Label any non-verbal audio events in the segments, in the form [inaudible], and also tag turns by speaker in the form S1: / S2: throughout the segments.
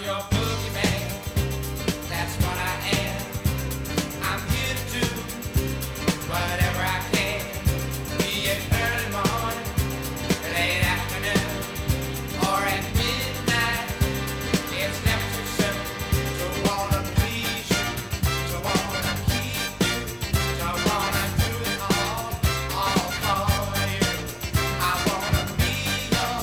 S1: your boogeyman. That's what I am. I'm here to do whatever I can. Be it early morning, late afternoon, or at midnight. It's never too soon to wanna please you, to wanna keep you, to wanna do it all, all for you. I wanna be your,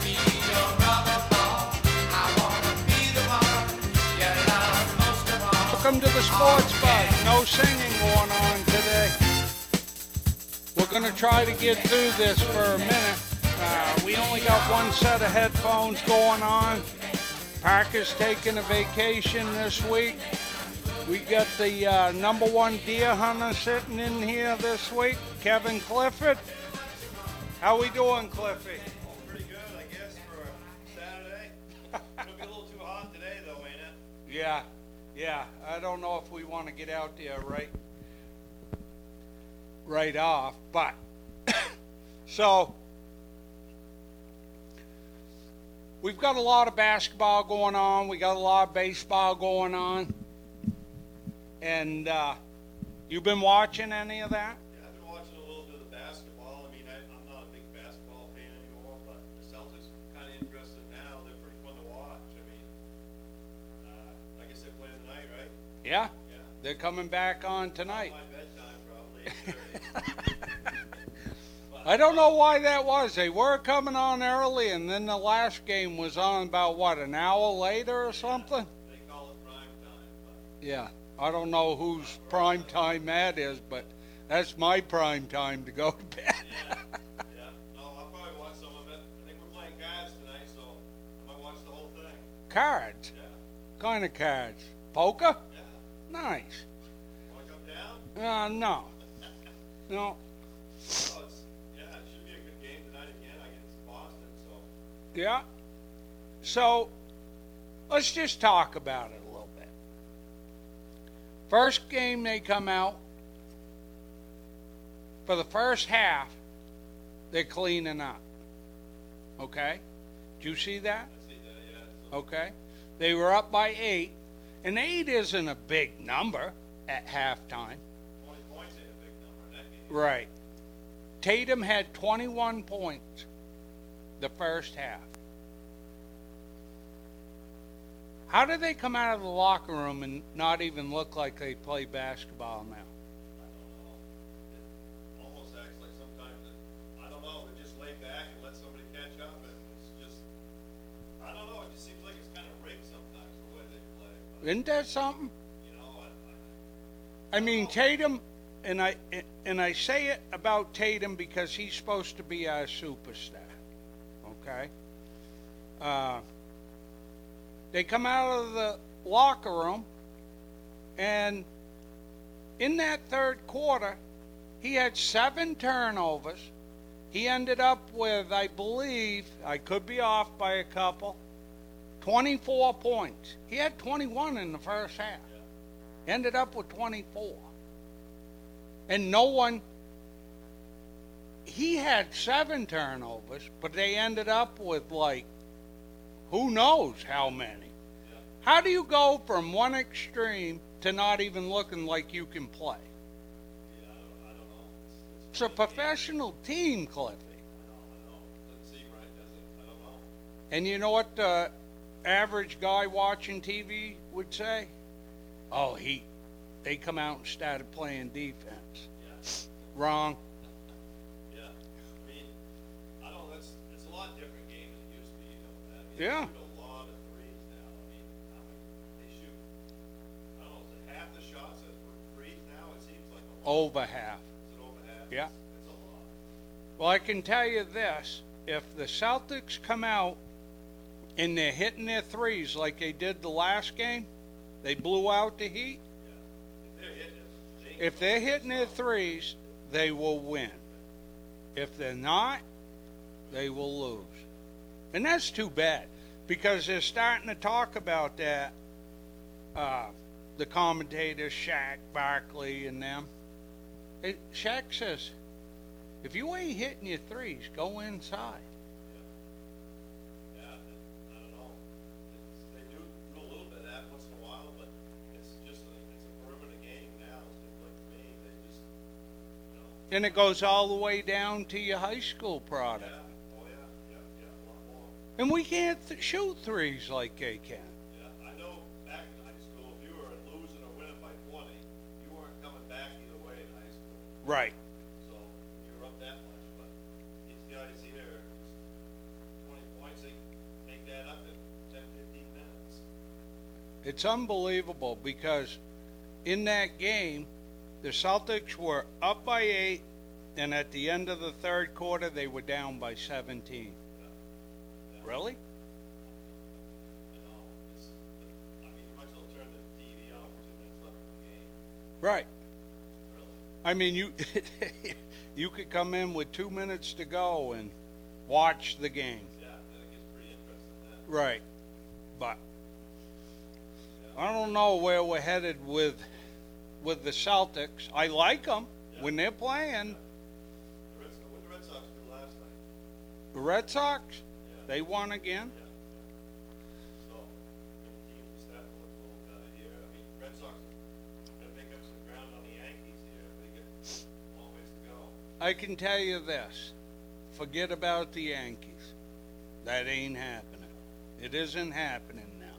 S1: be your rubber ball. I wanna be the one you love most of all.
S2: Welcome to the sports bus. No singing going on today. We're going to try to get through this for a minute. Uh, we only got one set of headphones going on. Parker's taking a vacation this week. We got the uh, number one deer hunter sitting in here this week, Kevin Clifford. How we doing, Cliffy?
S3: Pretty good, I guess, for Saturday. It'll be a little too hot today, though, ain't it?
S2: Yeah, yeah. I don't know if we want to get out there right, right off, but, [coughs] so, we've got a lot of basketball going on. We got a lot of baseball going on. And, uh, you been watching any of that?
S3: Yeah, I've been watching a little bit of basketball. I mean, I, I'm not a big basketball fan anymore, but the Celtics are kind of interested now. They're pretty fun to watch. I mean, uh, I guess they play tonight, right?
S2: Yeah?
S3: Yeah.
S2: They're coming back on tonight.
S3: My bedtime, probably. eight thirty.
S2: I don't know why that was. They were coming on early, and then the last game was on about, what, an hour later or something?
S3: they call it prime time, but
S2: Yeah, I don't know whose prime time that is, but that's my prime time to go to bed. [laughs]
S3: yeah. No, I'll probably watch some of it. I think we're playing cards tonight, so I might watch the whole thing.
S2: cards,
S3: Yeah.
S2: kind of cards, poker,
S3: Yeah.
S2: nice.
S3: Want to come down?
S2: Uh, no, no,
S3: Oh, it's, yeah, it should be a good game tonight again against Boston, so.
S2: yeah. So, let's just talk about it a little bit. First game they come out for the first half, they're cleaning up. Okay, do you see that?
S3: I see that, yeah. So
S2: okay? They were up by eight, and eight isn't a big number at halftime.
S3: 20 points ain't a big number in that game.
S2: Right. Tatum had 21 points the first half. How did they come out of the locker room and not even look like they play basketball now?
S3: I don't know. Um, It almost acts like sometimes that, I don't know, they just lay back and let somebody catch up, and it's just, I don't know, it just seems like it's kind of rigged sometimes the way they play, but,
S2: Isn't that something?
S3: you know, I, I,
S2: I mean Tatum, and I and I say it about Tatum because he's supposed to be our superstar. Okay. Uh, they come out of the locker room, and in that third quarter, he had seven turnovers. He ended up with, I believe, I could be off by a couple, 24 points. He had 21 in the first half ended up with 24. And no one, he had seven turnovers, but they ended up with like who knows how many. How do you go from one extreme to not even looking like you can play?
S3: yeah, I don't, I don't know, it's,
S2: It's
S3: it's,
S2: a professional team, Cliffy.
S3: I don't, I don't, doesn't seem right, does it? I don't know.
S2: And you know what the average guy watching TV would say? Oh, he, they come out and started playing defense.
S3: Yeah.
S2: Wrong.
S3: Yeah, I mean, I don't, that's, it's a lot different game than it used to be, you know, that. I mean,
S2: Yeah.
S3: They shoot a lot of threes now, I mean, how many, they shoot, I don't know, is it half the shots that were threes now, it seems like a lot,
S2: Over half.
S3: is it over half?
S2: Yeah.
S3: It's- It's a lot,
S2: Well, I can tell you this if the Celtics come out and they're hitting their threes like they did the last game, they blew out the Heat.
S3: yeah, if they're hitting it, they.
S2: If they're hitting their threes, they will win. If they're not, they will lose. And that's too bad because they're starting to talk about that. Uh, the commentators, Shaq, Barkley, and them. It, Shaq says, if you ain't hitting your threes, go inside.
S3: Yeah, I don't know, it's, they do,
S2: Then it goes all the way down to your high school product.
S3: Yeah, oh yeah, yeah, yeah, a lot more.
S2: And we can't th- shoot threes like they can.
S3: Yeah, I know back in high school, if you were losing or winning by twenty, you weren't coming back either way in high school.
S2: Right.
S3: So you were up that much, but these guys here, twenty points, they make that up in ten, fifteen minutes.
S2: It's unbelievable because in that game, the Celtics were up by eight, and at the end of the third quarter, they were down by 17. Really?
S3: You know, it's, I mean, you might as well turn the TV off for two minutes left in the game,
S2: Right.
S3: really.
S2: I mean, you [laughs] you could come in with two minutes to go and watch the game.
S3: Yeah, then it gets pretty interesting then.
S2: Right. But I don't know where we're headed with with the Celtics. I like them when they're playing.
S3: The Red Sox, what did the Red Sox do last night?
S2: The Red Sox, they won again.
S3: So, the team just have to look a little better here. I mean, Red Sox are gonna make up some ground on the Yankees here. They get a long ways to go.
S2: I can tell you this. Forget about the Yankees. That ain't happening. It isn't happening now.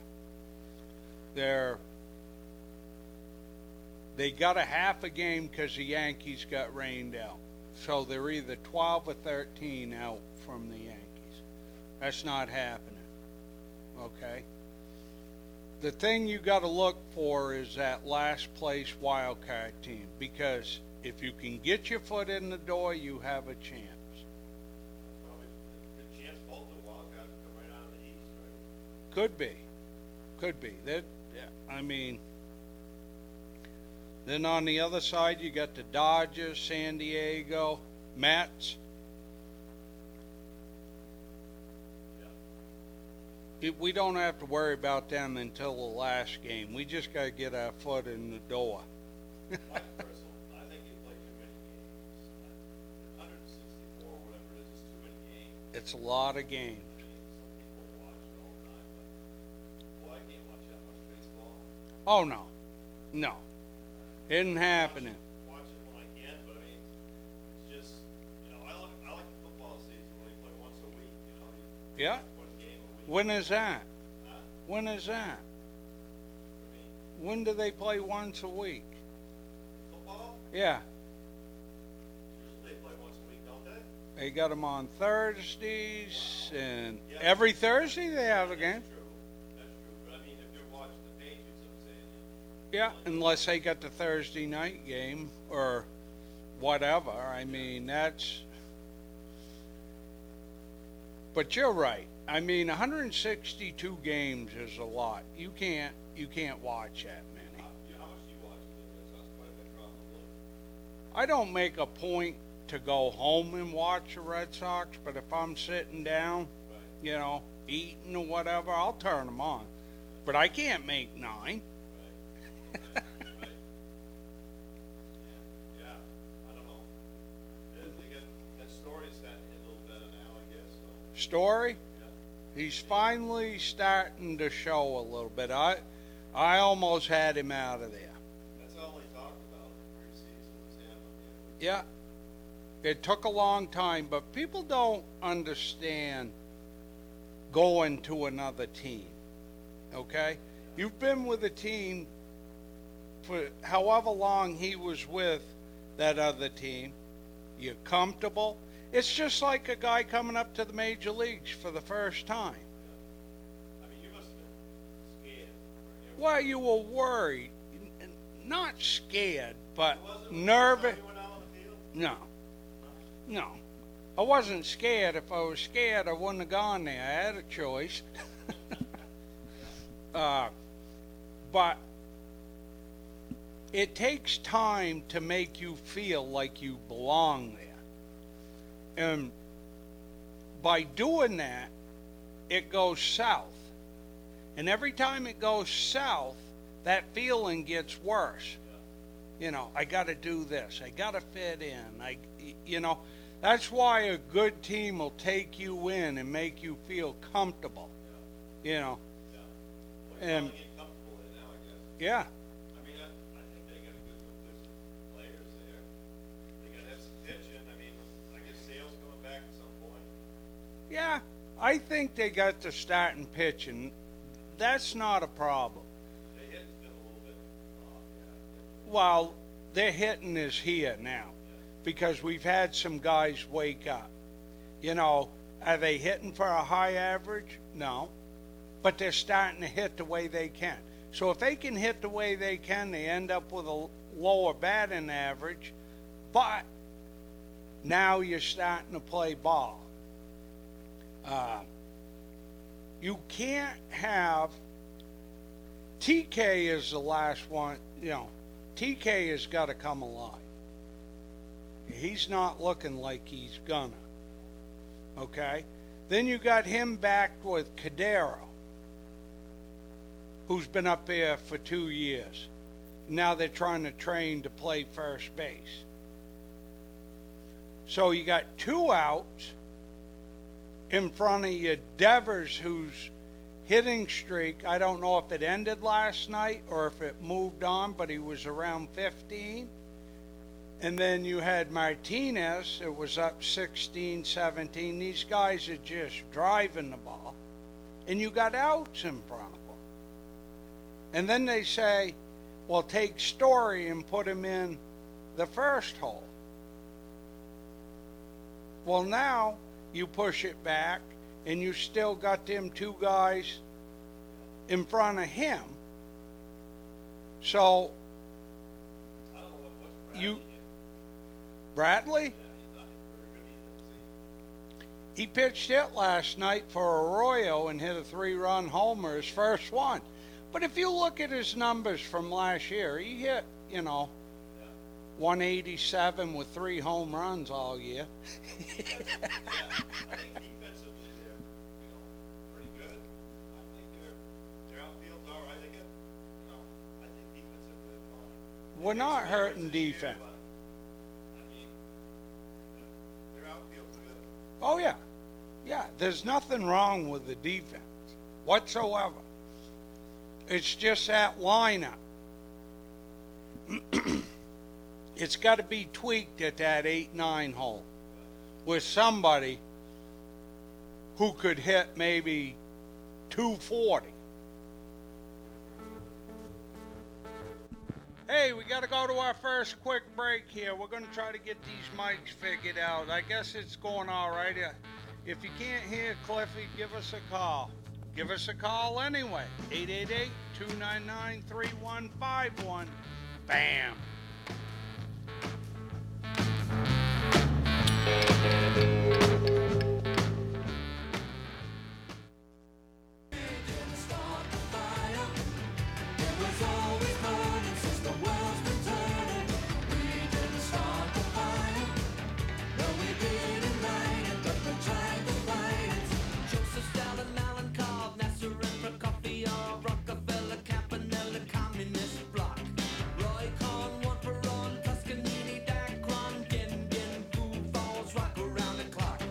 S2: They're they got a half a game because the Yankees got rained out. So they're either 12 or 13 out from the Yankees. That's not happening. Okay? The thing you got to look for is that last place wild card team because if you can get your foot in the door, you have a chance.
S3: Probably a good chance both the wild guys will come right out of the East, right?
S2: Could be. Could be. That I mean then on the other side you got the Dodgers, San Diego, Mets. It- We don't have to worry about them until the last game. We just got to get our foot in the door.
S3: My personal, I think you play too many games. Hundred and sixty-four, whatever it is, is too many games.
S2: It's a lot of games.
S3: I mean, some people watch it all the time, but, boy, I can't watch that much baseball.
S2: Oh no, no, isn't happening.
S3: watch it when I can, but I mean, it's just, you know, I like, I like the football season, when you play once a week, you know, you
S2: Yeah.
S3: one game a week,
S2: When is that?
S3: huh,
S2: When is that?
S3: for me.
S2: When do they play once a week?
S3: Football,
S2: Yeah,
S3: usually they play once a week, don't they?
S2: they got them on Thursdays and every Thursday they have a game.
S3: That's true, that's true, but I mean, if you're watching the Patriots, I'm saying,
S2: Yeah, unless they got the Thursday night game or whatever. I mean, that's. But you're right. I mean, 162 games is a lot. You can't you can't watch that many.
S3: how, you know, how much do you watch it, because that's quite a bit probably.
S2: I don't make a point to go home and watch the Red Sox, but if I'm sitting down,
S3: Right.
S2: you know, eating or whatever, I'll turn them on. But I can't make nine.
S3: Yeah, I don't know, they, they get, that story's gotten hit a little better now, I guess, so,
S2: Story,
S3: yeah.
S2: he's finally starting to show a little bit. I, I almost had him out of there.
S3: That's all they talked about in preseason was him. I mean,
S2: Yeah. It took a long time, but people don't understand going to another team. Okay? You've been with a team for however long he was with that other team. You're comfortable. It's just like a guy coming up to the major leagues for the first time.
S3: I mean, you must have been scared. You know,
S2: Why you were worried, n- n- not scared, but
S3: it wasn't-
S2: nervous.
S3: You went out on the field?
S2: No. No. I wasn't scared. If I was scared, I wouldn't have gone there. I had a choice. uh, but it takes time to make you feel like you belong there. And by doing that, it goes south. And every time it goes south, that feeling gets worse you know, I got to do this. I got to fit in. I, you know, that's why a good team will take you in and make you feel comfortable. You know,
S3: Well, you
S2: And-
S3: finally get comfortable in now, I guess.
S2: yeah,
S3: I mean, I, I think they got a good, good players there. They gotta have some depth.
S2: Yeah, I think they got the starting pitch, and that's not a problem.
S4: They hit it a little bit. Oh, yeah.
S2: Well, their hitting is here now because we've had some guys wake up. You know, are they hitting for a high average? No. But they're starting to hit the way they can. So if they can hit the way they can, they end up with a l- lower batting average. But now you're starting to play ball. Uh, you can't have TK is the last one, you know, TK has got to come alive. He's not looking like he's gonna. Okay? Then you got him back with Cadero, who's been up there for two years. Now they're trying to train to play first base. So you got two outs in front of you. Devers, who's hitting streak. I don't know if it ended last night or if it moved on, but he was around 15. And then you had Martinez, it was up 16, 17. These guys are just driving the ball. And you got outs in front of them. And then they say, well, take Story and put him in the first hole. Well, now you push it back, and you still got them two guys in front of him. So
S4: I don't know what, what's
S2: You-
S4: Bradley hit.
S2: Bradley,
S4: Yeah, he's not hitting very good either, is he?
S2: he pitched it last night for Arroyo and hit a three-run homer, his first one. But if you look at his numbers from last year, he hit, you know, 187 with three home runs all year.
S4: I think defensively, they're, you know, pretty good. I think their, their outfield's all right. They got, you know, I think defensively they're fine.
S2: We're not
S4: Experience
S2: hurting
S4: this year,
S2: defense.
S4: but, I mean, their outfield's good.
S2: Oh yeah, yeah. There's nothing wrong with the defense whatsoever. It's just that lineup. [clears throat] it's got to be tweaked at that eight nine hole with somebody who could hit maybe 240. Hey, we got to go to our first quick break here. We're going to try to get these mics figured out. I guess it's going all right. Uh, If you can't hear Cliffy, give us a call. Give us a call anyway. 888 299 3151. Bam.
S5: Joseph's down in Allen called Nasser in for coffee or Rockefeller, Campanella, Communist Bloc. Roy Cohn, one for on Tuscanini, Dacron, Gin, Gin, Food Falls, rock around the clock.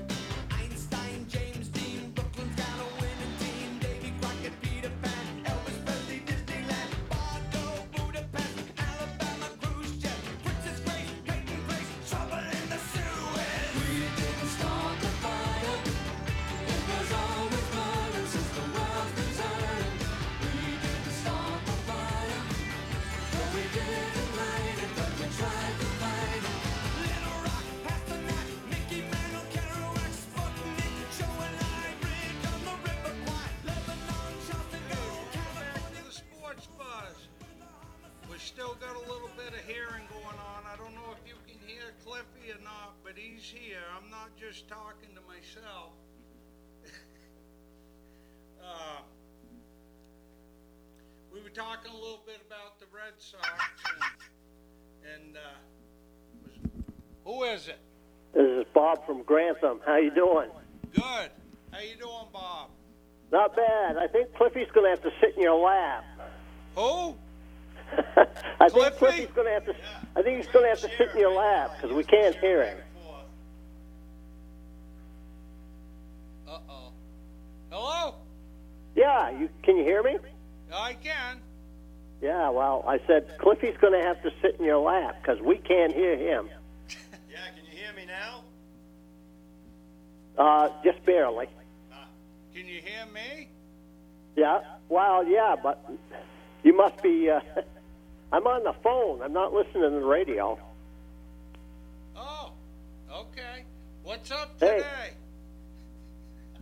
S5: Einstein, James Dean, Brooklyn's got a winning team. Davy Crockett, Peter Pan, Elvis Presley, Disneyland, Bardo, Budapest, Alabama, Khrushchev, Princess Grace, Peyton Grace, trouble in the Suez. We didn't start the fire. It was always burning since the world's been turning. We didn't start the fire, but we didn't light it, but we tried to fight it. Little Rock, Pasternak, Mickey Mantle, Kerouac, Sputnik, Joe and I, Bridge on the River Kwai, Lebanon, Charleston, Go, California.
S2: the sports buzz. We still got a little bit of hearing going on. I don't know if you can hear Cliffy or not, but he's here. I'm not just talking to myself. [laughs] uh, we were talking a little bit about the Red Sox, and, and uh, was- who is it?
S6: This is Bob from Grantham. How you doing?
S2: Good. How you doing, Bob?
S6: Not bad. I think Cliffy's going to have to sit in your lap.
S2: Who?
S6: I
S2: Cliffy?
S6: think Cliffy's going to have to. I think he's going to have to sit in your lap because we can't hear him.
S2: Uh oh. Hello?
S6: Yeah, you can you hear me?
S2: I can.
S6: Yeah. Well, I said Cliffy's going to have to sit in your lap because we can't hear him.
S4: Yeah, can you hear me now?
S6: Uh, Uh, just barely.
S2: Can you hear me?
S6: Yeah. Well, yeah, but you must be. Uh, [laughs] I'm on the phone. I'm not listening to the radio.
S2: Oh, okay. What's up
S6: Hey.
S2: today?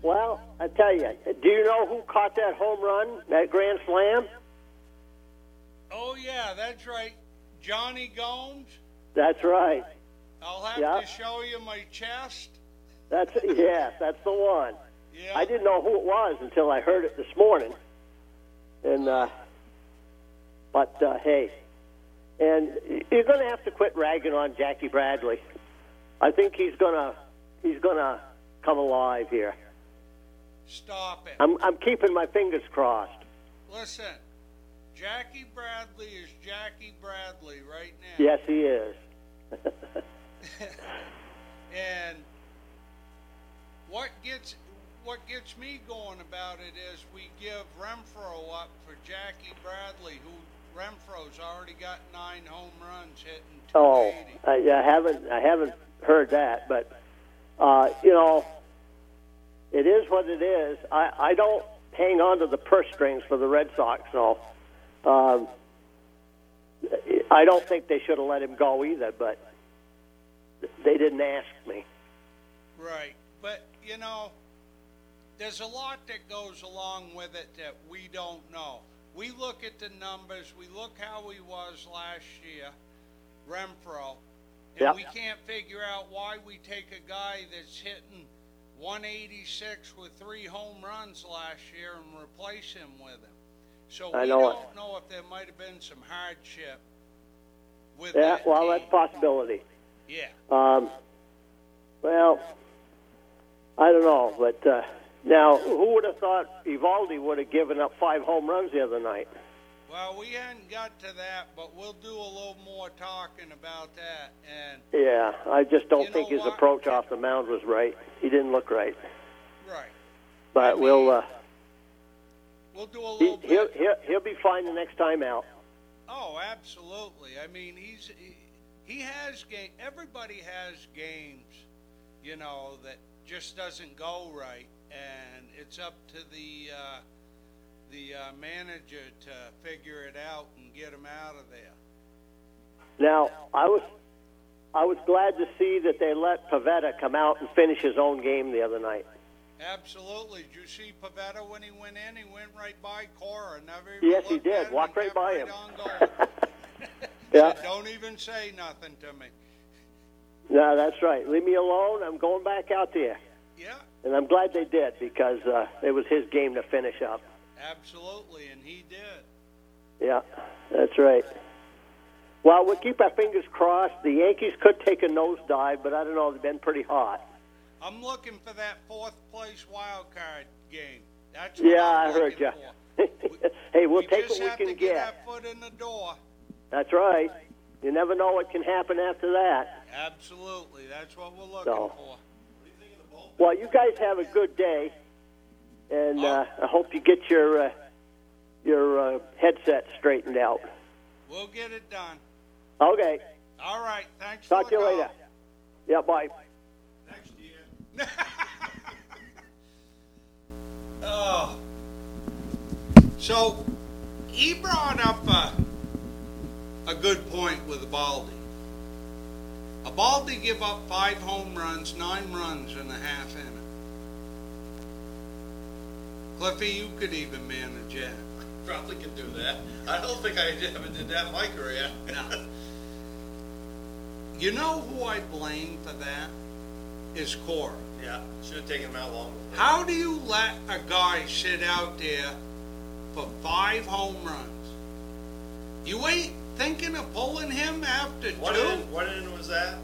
S6: Well, I tell you, do you know who caught that home run, that grand slam?
S2: Oh yeah, that's right. Johnny Gomes.
S6: That's right.
S2: I'll have
S6: Yeah.
S2: to show you my chest.
S6: That's yes, that's the one.
S2: Yeah.
S6: I didn't know who it was until I heard it this morning. And uh, but uh, hey, and you're going to have to quit ragging on Jackie Bradley. I think he's gonna he's gonna come alive here.
S2: Stop it.
S6: I'm I'm keeping my fingers crossed.
S2: Listen, Jackie Bradley is Jackie Bradley right now.
S6: Yes, he is.
S2: And what gets what gets me going about it is we give Renfro up for Jackie Bradley, who Renfro's already got nine home runs hitting
S6: Oh,
S2: 280.
S6: I, I haven't I haven't heard that, but uh, you know, it is what it is. I, I don't hang on to the purse strings for the Red Sox, so um, I don't think they should have let him go either. But they didn't ask me.
S2: Right. But, you know, there's a lot that goes along with it that we don't know. We look at the numbers, we look how he was last year, Renfro, and
S6: Yep.
S2: we can't figure out why we take a guy that's hitting 186 with three home runs last year and replace him with him. So
S6: I
S2: we
S6: know it.
S2: don't know if there might have been some hardship with
S6: Yeah,
S2: that.
S6: well,
S2: team.
S6: that's a possibility.
S2: yeah.
S6: Um, well, I don't know, but uh, now who would have thought Ivaldi would have given up five home runs the other night?
S2: Well, we hadn't got to that, but we'll do a little more talking about that. And
S6: Yeah, I just don't
S2: You
S6: think
S2: know
S6: his
S2: what?
S6: approach off the mound was right. He didn't look right.
S2: right,
S6: But we'll uh,
S2: we'll do a
S6: he,
S2: little
S6: he'll,
S2: bit.
S6: he'll he'll be fine the next time out.
S2: Oh, absolutely. I mean, he's he, he has game. Everybody has games, you know, that just doesn't go right, and it's up to the uh, the uh, manager to figure it out and get him out of there.
S6: Now I was I was glad to see that they let Pavetta come out and finish his own game the other night.
S2: Absolutely. Did you see Pavetta when he went in? He went right by Cora. Never even
S6: Yes, he
S2: looked
S6: did.
S2: at him and
S6: Walked right
S2: kept
S6: by
S2: right
S6: him.
S2: on going.
S6: Yeah.
S2: Said, Don't even say nothing to me.
S6: No, that's right. Leave me alone. I'm going back out there,
S2: Yeah,
S6: and I'm glad they did because uh, it was his game to finish up.
S2: absolutely, and he did.
S6: Yeah, that's right. Well, we'll keep our fingers crossed. The Yankees could take a nosedive, but I don't know. They've been pretty hot.
S2: I'm looking for that fourth place wild card game. That's what
S6: Yeah,
S2: I'm
S6: I heard
S2: looking
S6: you.
S2: for.
S6: [laughs] hey, we'll
S2: we
S6: take
S2: just
S6: what
S2: have
S6: we
S2: to
S6: can
S2: get
S6: get.
S2: our foot in the door.
S6: That's right. You never know what can happen after that.
S2: Absolutely, that's what we're looking
S6: No.
S2: for.
S6: Well, you guys have a good day, and uh, I hope you get your uh, your uh, headset straightened out.
S2: We'll get it done.
S6: Okay.
S2: All right, thanks
S6: Talk
S2: for
S6: to
S2: the
S6: you
S2: call.
S6: later. Yeah. Bye.
S4: Next year,
S2: Oh. So he brought up a, a good point with Abaldi. Abaldi give up five home runs, nine runs in a half inning. Cliffy, you could even manage that.
S4: probably could do that. I don't think I ever did that in my career.
S2: No. You know who I blame for that? Is Cora.
S4: [laughs] Yeah, should have taken him out longer.
S2: How do you let a guy sit out there for five home runs? You ain't thinking of pulling him after
S4: What
S2: two?
S4: inning, what inning was
S2: [laughs]
S4: that?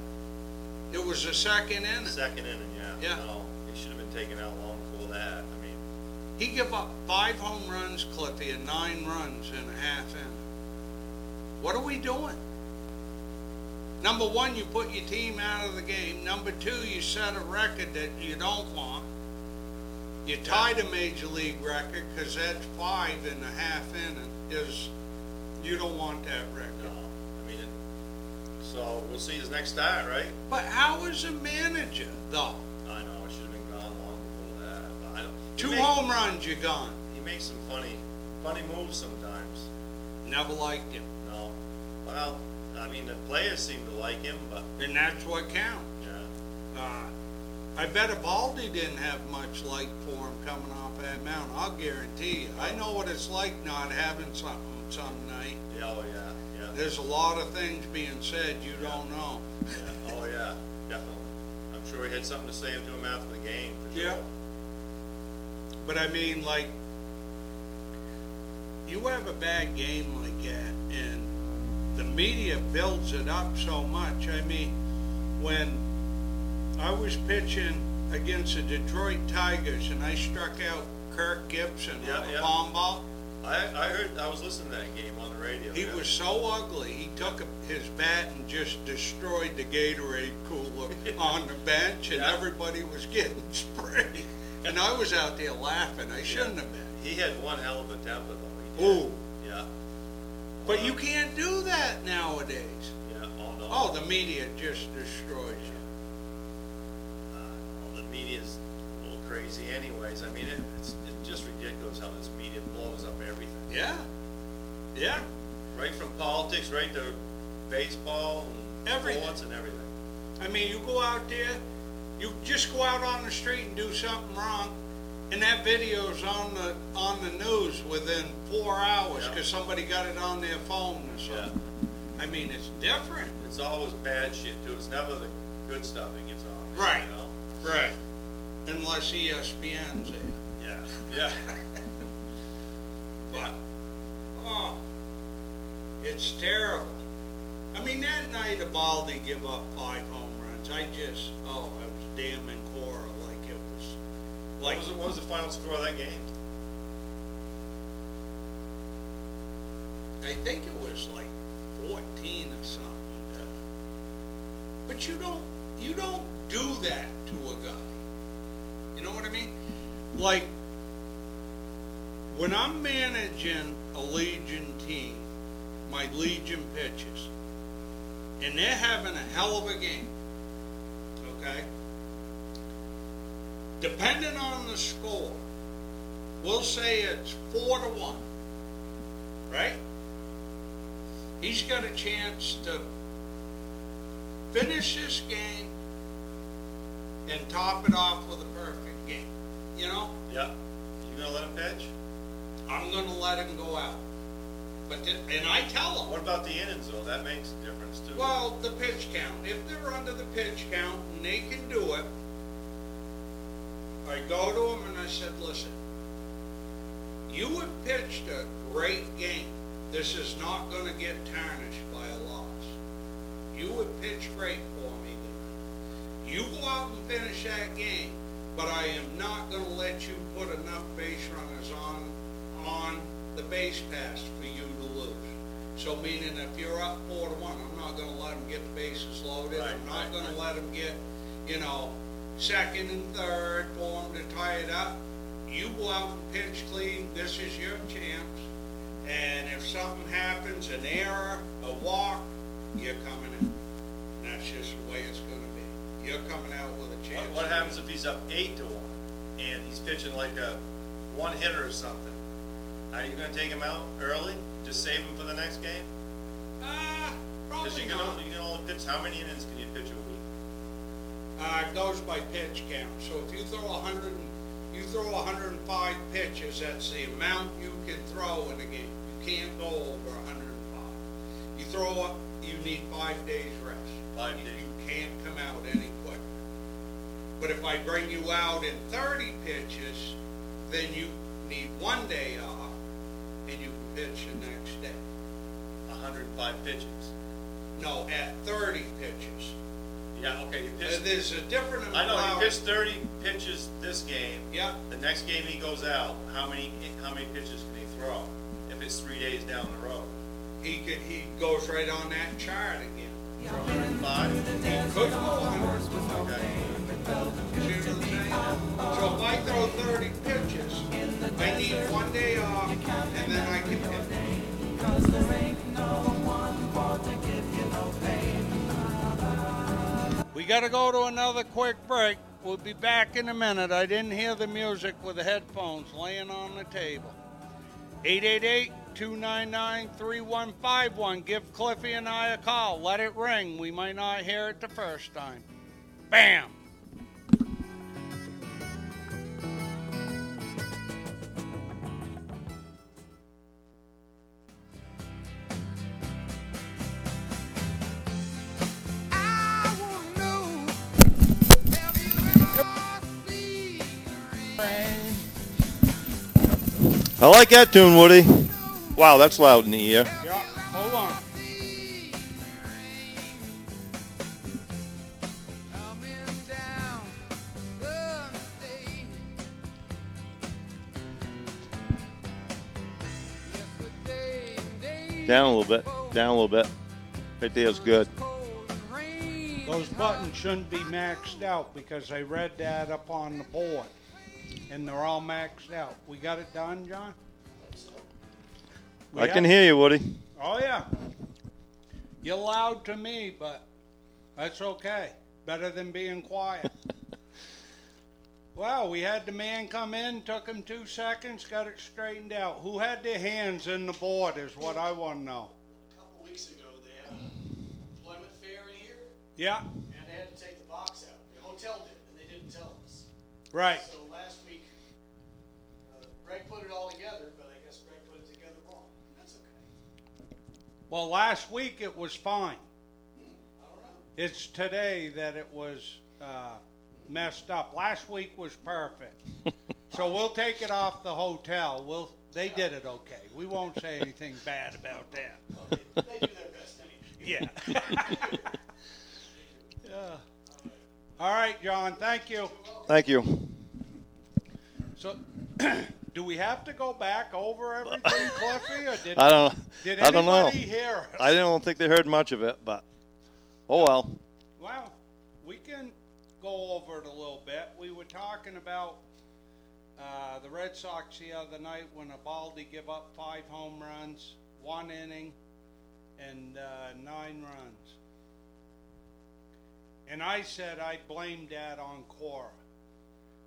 S2: It was the second inning.
S4: Second inning, yeah.
S2: Yeah.
S4: No, he should have been taken out long for that. I mean,
S2: He gave up five home runs, Cliffy, and nine runs in a half inning. What are we doing? Number one, you put your team out of the game. Number two, you set a record that you don't want. You tied a major league record because that's five and a half inning is you don't want that
S4: no,
S2: record.
S4: I mean, so we'll see his next start, right?
S2: But how is a manager though?
S4: I know, it should have been gone
S2: Two
S3: make-
S2: home runs, you're gone.
S3: He makes some funny, funny moves sometimes.
S2: Never liked him.
S3: No, well, I mean, the players seem to like him, but,
S2: And that's what counts.
S3: yeah.
S2: Uh, I bet if Baldy didn't have much light for him coming off that mound, I'll guarantee you. I know what it's like not having something some night.
S3: Yeah, oh, yeah, yeah,
S2: There's a lot of things being said you don't know.
S3: yeah, oh, yeah, definitely. I'm sure he had something to say to him after the game, for sure.
S2: Yeah. But I mean, like, you have a bad game like that, and the media builds it up so much. I mean, when I was pitching against the Detroit Tigers and I struck out Kirk Gibson
S3: Yeah,
S2: on a
S3: yeah.
S2: bomb ball,
S3: I, I heard, I was listening to that game on the radio.
S2: he
S3: yeah.
S2: was so ugly. He took his bat and just destroyed the Gatorade
S3: [laughs]
S2: cooler on the bench, and
S3: Yeah.
S2: everybody was getting [laughs] sprayed. And I was out there laughing. I shouldn't have been.
S3: He had one hell of a temper, though. He did.
S2: Ooh,
S3: Yeah, Uh-huh.
S2: but you can't do that nowadays.
S3: yeah, oh, no.
S2: Oh, the media just destroys you.
S3: Well, uh, the media's a little crazy anyways. I mean, it- it's, it's just ridiculous how this media blows up everything.
S2: Yeah, yeah.
S3: Right from politics, right to baseball and
S2: Everything.
S3: sports and everything.
S2: I mean, you go out there, you just go out on the street and do something wrong, and that video's on the on the news within four hours
S3: Yeah.
S2: because somebody got it on their phone or something. I mean, it's different.
S3: It's always bad shit too. It's never the good stuff that gets on.
S2: Right.
S3: You know?
S2: Right. Unless E ESPN's there. [laughs]
S3: Yeah, yeah.
S2: But, oh, it's terrible. I mean, that night of Baldy give up five home runs, I just, oh, I was damning Cora like it was,
S3: What
S2: like,
S3: was, the, what was the final score of that game?
S2: I think it was like fourteen or something. But you don't, you don't do that to a guy. You know what I mean? Like, when I'm managing a Legion team, my Legion pitches, and they're having a hell of a game, okay? Depending on the score, we'll say it's four to one, right? He's got a chance to finish this game and top it off with a perfect game, you know?
S3: Yeah. You gonna let him pitch?
S2: I'm gonna let him go out. But, th- and I tell him,
S3: What about the innings though? That makes a difference too.
S2: well, the pitch count, if they're under the pitch count and they can do it, I go to him and I said, listen, you have pitched a great game. This is not gonna get tarnished by a loss. You have pitched great for me tonight. You go out and finish that game, but I am not gonna let you put enough base runners on, on the base pass for you to lose. So meaning if you're up four to one, I'm not gonna let them get the bases loaded.
S3: Right,
S2: I'm not
S3: right,
S2: gonna
S3: right.
S2: let them get, you know, second and third for them to tie it up. You go out and pitch clean, this is your chance. And if something happens, an error, a walk, you're coming in. That's just the way it's gonna be. You're coming out with a
S3: What,
S2: chance.
S3: what happens if he's up eight to one and he's pitching like a one hitter or something? Are you gonna take him out early? Just save him for the next game?
S2: Ah,
S3: Cause
S2: probably
S3: you can
S2: not.
S3: only, you can only pitch, how many innings can you pitch a week?
S2: Uh, it goes by pitch count. So if you throw a hundred, and- you throw a hundred and five pitches, that's the amount you can throw in a game. You can't go over a hundred and five. You throw up, you need five days rest.
S3: Five
S2: You-
S3: days.
S2: You can't come out any quicker. But if I bring you out in thirty pitches, then you need one day off and you can pitch the next day.
S3: A hundred and five pitches.
S2: No, at thirty pitches.
S3: Yeah, okay, you
S2: Uh,
S3: pitched,
S2: There's a different amount.
S3: I know, you pitched thirty pitches this game.
S2: Yeah.
S3: The next game he goes out, how many, how many pitches can he throw if it's three days down the road?
S2: he could, he goes right on that chart again.
S3: Five?
S2: Could go 100.
S3: Okay.
S2: See what I'm saying? So if I throw 30 pitches, I need one day off, and then I can hit. We got to go to another quick break. We'll be back in a minute. I didn't hear the music with the headphones laying on the table. 888 299 3151. Give Cliffy and I a call. Let it ring. We might not hear it the first time. Bam!
S3: I like that tune, Woody. Wow, that's loud in the ear.
S2: Yeah, hold on.
S3: Down a little bit. Down a little bit. Right there's good.
S2: Oh, Those buttons shouldn't be maxed out because I read that up on the board and they're all maxed out. We got it done, John? We
S3: I can
S2: have-
S3: hear you, Woody.
S2: Oh, yeah. You're loud to me, but that's okay. Better than being
S3: [laughs]
S2: quiet. wow, we had the man come in, took him two seconds, got it straightened out. Who had their hands in the board is what I want to know.
S7: couple weeks ago, they had an employment fair in here,
S2: Yeah,
S7: and they had to take the box out. The hotel did, and they didn't tell us.
S2: right.
S7: So last week, uh, Greg put it all together, but I guess Greg put it together wrong. That's okay.
S2: Well, last week it was fine.
S7: I don't know.
S2: It's today that it was uh, messed up. Last week was perfect. so we'll take it off the hotel. We'll they did it okay. We won't say anything bad about that.
S7: They do their best anyway.
S2: Yeah. yeah. [laughs] All right, John. Thank you.
S3: Thank you.
S2: So, [clears throat] do we have to go back over everything, Cliffy, or did
S3: I don't.
S2: did
S3: I don't know.
S2: anybody hear us?
S3: I don't think they heard much of it, but oh well.
S2: Well, we can go over it a little bit. We were talking about uh, the Red Sox the other night when Abaldi gave up five home runs, one inning, and uh, nine runs. And I said I blamed that on Cora.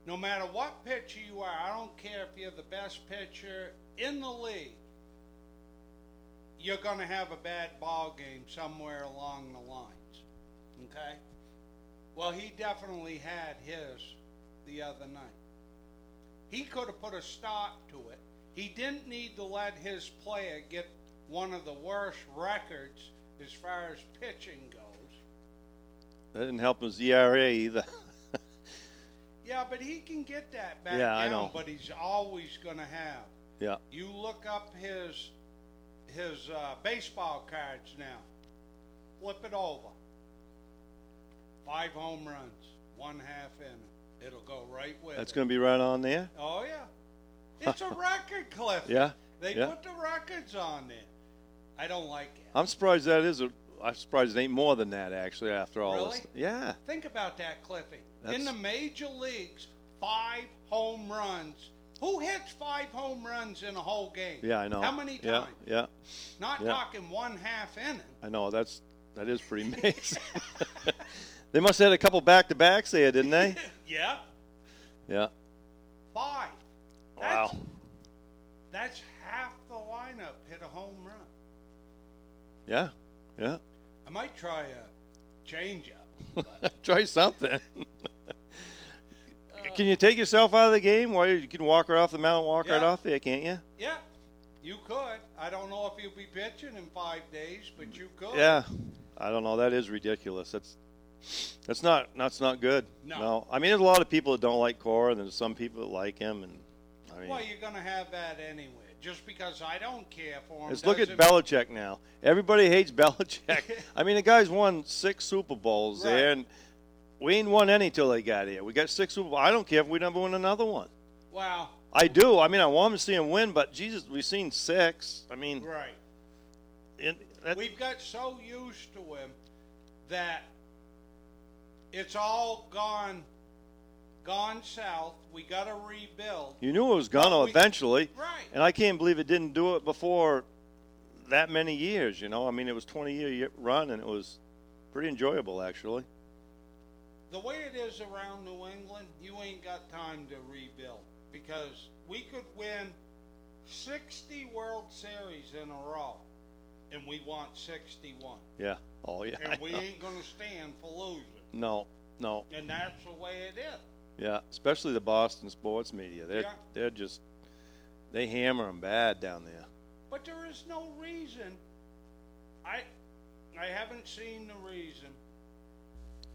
S2: No matter what pitcher you are, I don't care if you're the best pitcher in the league. You're going to have a bad ball game somewhere along the lines. Okay? Well, he definitely had his the other night. He could have put a stop to it. He didn't need to let his player get one of the worst records as far as pitching goes.
S3: That didn't help his ERA either. [laughs]
S2: Yeah, but he can get that back
S3: Yeah,
S2: down,
S3: I know.
S2: but he's always going to have.
S3: yeah.
S2: You look up his his uh, baseball cards now. Flip it over. Five home runs, one half inning. It'll go right with
S3: That's
S2: it.
S3: going to be right on there.
S2: Oh yeah, it's
S3: [laughs]
S2: a record, Cliff.
S3: Yeah,
S2: they
S3: yeah.
S2: put the records on there. I don't like it.
S3: I'm surprised that is. A, I'm surprised it ain't more than that actually. After all this,
S2: Really?
S3: yeah.
S2: Think about that, Cliffy. In
S3: That's-
S2: the major leagues, five home runs. Who hits five home runs in a whole game?
S3: Yeah, I know.
S2: How many
S3: Yeah,
S2: times?
S3: yeah.
S2: Not
S3: yeah.
S2: talking one half inning.
S3: I know that's that is pretty [laughs] amazing. they must have had a couple back to backs there,
S2: [laughs]
S3: didn't they?
S2: Yeah,
S3: yeah.
S2: five.
S3: Wow.
S2: That's half the lineup hit a home run.
S3: Yeah. Yeah.
S2: I might try a changeup.
S3: Try something. [laughs] can you take yourself out of the game? Why you can walk right off the mound, walk right
S2: Yeah.
S3: off there, can't you?
S2: Yeah, you could. I don't know if you'll be pitching in five days, but you could.
S3: Yeah, I don't know. That is ridiculous. That's that's not that's not good.
S2: No.
S3: I mean, there's a lot of people that don't like Cora, and there's some people that like him, and I mean,
S2: Well, you're going to have that anyway. Just because I don't care for him.
S3: let's look at
S2: doesn't-
S3: Belichick now. Everybody
S2: [laughs]
S3: hates Belichick. I mean, the guy's won six Super Bowls there,
S2: Right.
S3: and we ain't won any till they got here. We got six Super. Bowls. I don't care if we never win another one.
S2: Wow.
S3: I do. I mean, I want him to see him win, but Jesus, we've seen six. I mean,
S2: Right.
S3: it, that,
S2: We've got so used to him that it's all gone, gone south. We got to rebuild.
S3: you knew it was gonna
S2: Well, we-
S3: eventually.
S2: Right.
S3: And I can't believe it didn't do it before that many years, you know. I mean, it was 20 year run and it was pretty enjoyable actually.
S2: the way it is around New England, you ain't got time to rebuild because we could win 60 World Series in a row, and we want 61,
S3: Yeah. Oh yeah. I
S2: and we
S3: know.
S2: ain't gonna stand for losing.
S3: [laughs] No. No.
S2: And that's the way it is.
S3: Yeah. Especially the Boston sports media. They're
S2: Yeah.
S3: they're just they hammer them bad down there.
S2: But there is no reason. I I haven't seen the reason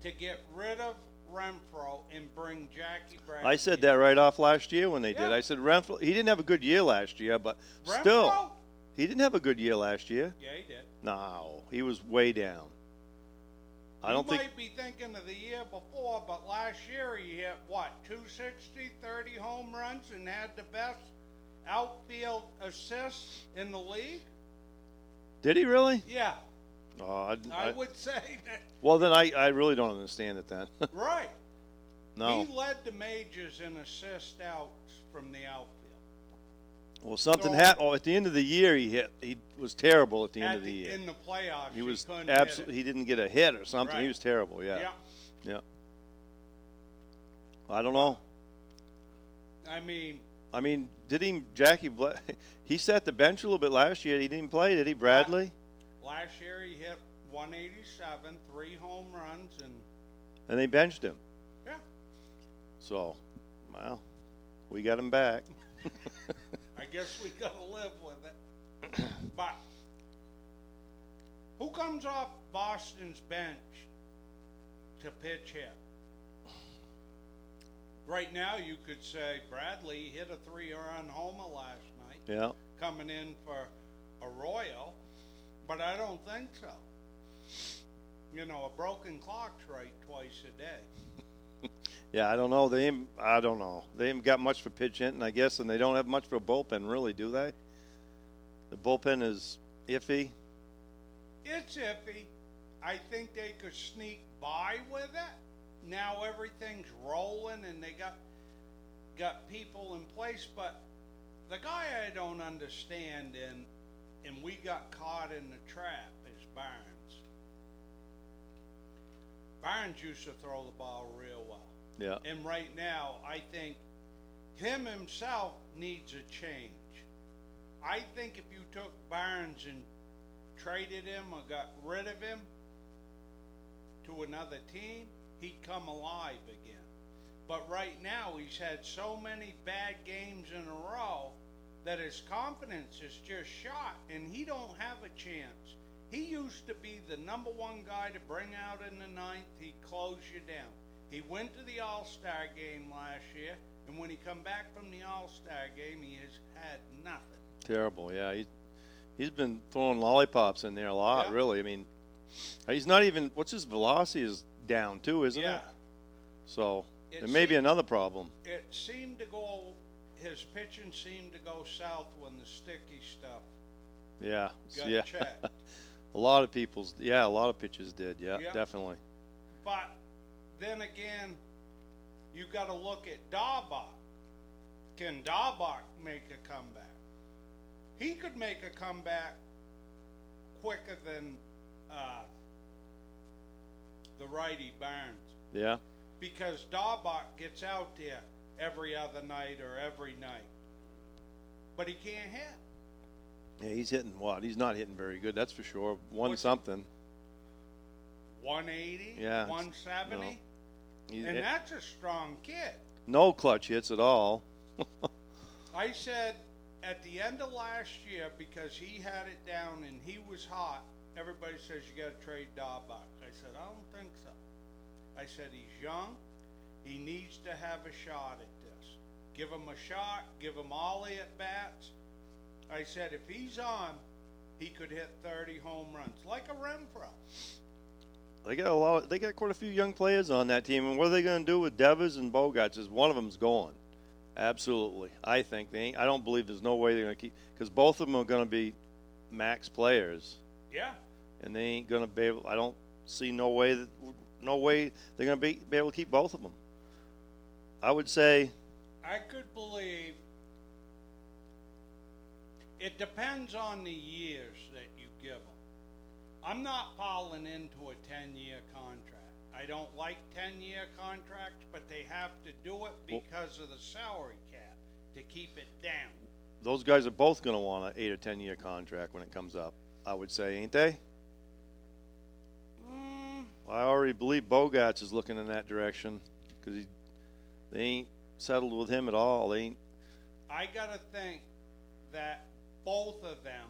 S2: to get rid of Renfro and bring Jackie Bradley.
S3: I said that right off last year when they did.
S2: Yeah.
S3: I said Renfro. He didn't have a good year last year, but
S2: Renfro?
S3: still, he didn't have a good year last year.
S2: Yeah, he did.
S3: No, he was way down. I don't
S2: you
S3: think.
S2: might be thinking of the year before, but last year he hit what 260, 30 home runs, and had the best outfield assists in the league.
S3: Did he really?
S2: Yeah,
S3: Oh, I,
S2: I,
S3: I-
S2: would say that.
S3: well, then I, I really don't understand it then. [laughs]
S2: right.
S3: no.
S2: He led the majors in assist outs from the outfield.
S3: Well, something
S2: No.
S3: happened. Oh, at the end of the year, he hit. He was terrible at the end
S2: At
S3: of the year.
S2: In the playoffs,
S3: he was
S2: couldn't hit
S3: absolutely.
S2: it.
S3: He didn't get a hit or something.
S2: Right.
S3: He was terrible. Yeah.
S2: Yeah.
S3: Yeah. I don't know.
S2: I mean,
S3: I mean, did he Jackie? Bla- [laughs] He sat the bench a little bit last year. He didn't play, did he, Bradley?
S2: last year he hit 187, three home runs, and
S3: And they benched him.
S2: yeah,
S3: So, well, we got him back.
S2: I guess we [laughs] gotta live with it. [clears throat] But who comes off Boston's bench to pitch hit? Right now, you could say Bradley hit a three-run homer last night.
S3: Yeah.
S2: coming in for Arroyo, but I don't think so. You know, a broken clock's right twice a day.
S3: Yeah, I don't know. They, ain't, I don't know. They haven't got much for pitch hitting, I guess, and they don't have much for bullpen, really, do they? The bullpen is iffy.
S2: It's iffy. I think they could sneak by with it. Now everything's rolling and they got got people in place, but the guy I don't understand and and we got caught in the trap is Barnes. Barnes used to throw the ball real well.
S3: Yeah.
S2: And right now, I think him himself needs a change. I think if you took Barnes and traded him or got rid of him to another team, he'd come alive again. But right now, he's had so many bad games in a row that his confidence is just shot, and he don't have a chance. He used to be the number one guy to bring out in the ninth. He'd close you down. He went to the All Star game last year, and when he come back from the All Star game, he has had nothing.
S3: Terrible. Yeah. He, he's been throwing lollipops in there a lot,
S2: Yeah.
S3: really. I mean, he's not even. What's his velocity is down too, isn't it? So
S2: It
S3: there may be
S2: seems-
S3: another problem.
S2: it seemed to go. His pitching seemed to go south when the sticky stuff
S3: Yeah.
S2: got
S3: yeah.
S2: checked.
S3: [laughs] A lot of people's, yeah, a lot of pitches did, yeah,
S2: Yeah.
S3: definitely.
S2: But then again, you got to look at Daubach. Can Daubach make a comeback? He could make a comeback quicker than uh, the righty Barnes
S3: Yeah,
S2: because Daubach gets out there every other night or every night, but he can't hit.
S3: yeah, he's hitting what? He's not hitting very good, that's for sure. One
S2: What's-
S3: something.
S2: 180,
S3: Yeah, it's-
S2: 170,
S3: He's
S2: and
S3: hit-
S2: that's a strong kid.
S3: no clutch hits at all.
S2: I said at the end of last year because he had it down and he was hot. Everybody says you got to trade Daubach. I said I don't think so. I said he's young. He needs to have a shot at this. Give him a shot. Give him all the at bats. I said if he's on, he could hit 30 home runs like a Renfro.
S3: They got a lot. They got quite a few young players on that team, and what are they going to do with Devers and Bogarts? Is one of them's gone? Absolutely, I think they. Ain't, I don't believe there's no way they're going to keep because both of them are going to be max players.
S2: Yeah.
S3: and they ain't gonna be able. I don't see no way that no way they're gonna be, be able to keep both of them. I would say,
S2: I could believe it depends on the years that you give them. I'm not falling into a 10 year contract. I don't like ten-year contracts, but they have to do it because of the salary cap, to keep it down.
S3: Those guys are both going to want an eight or 10 year contract when it comes up, I would say, ain't they?
S2: Mm.
S3: I already believe Bogarts is looking in that direction because they ain't settled with him at all. They ain't.
S2: I gotta think that both of them,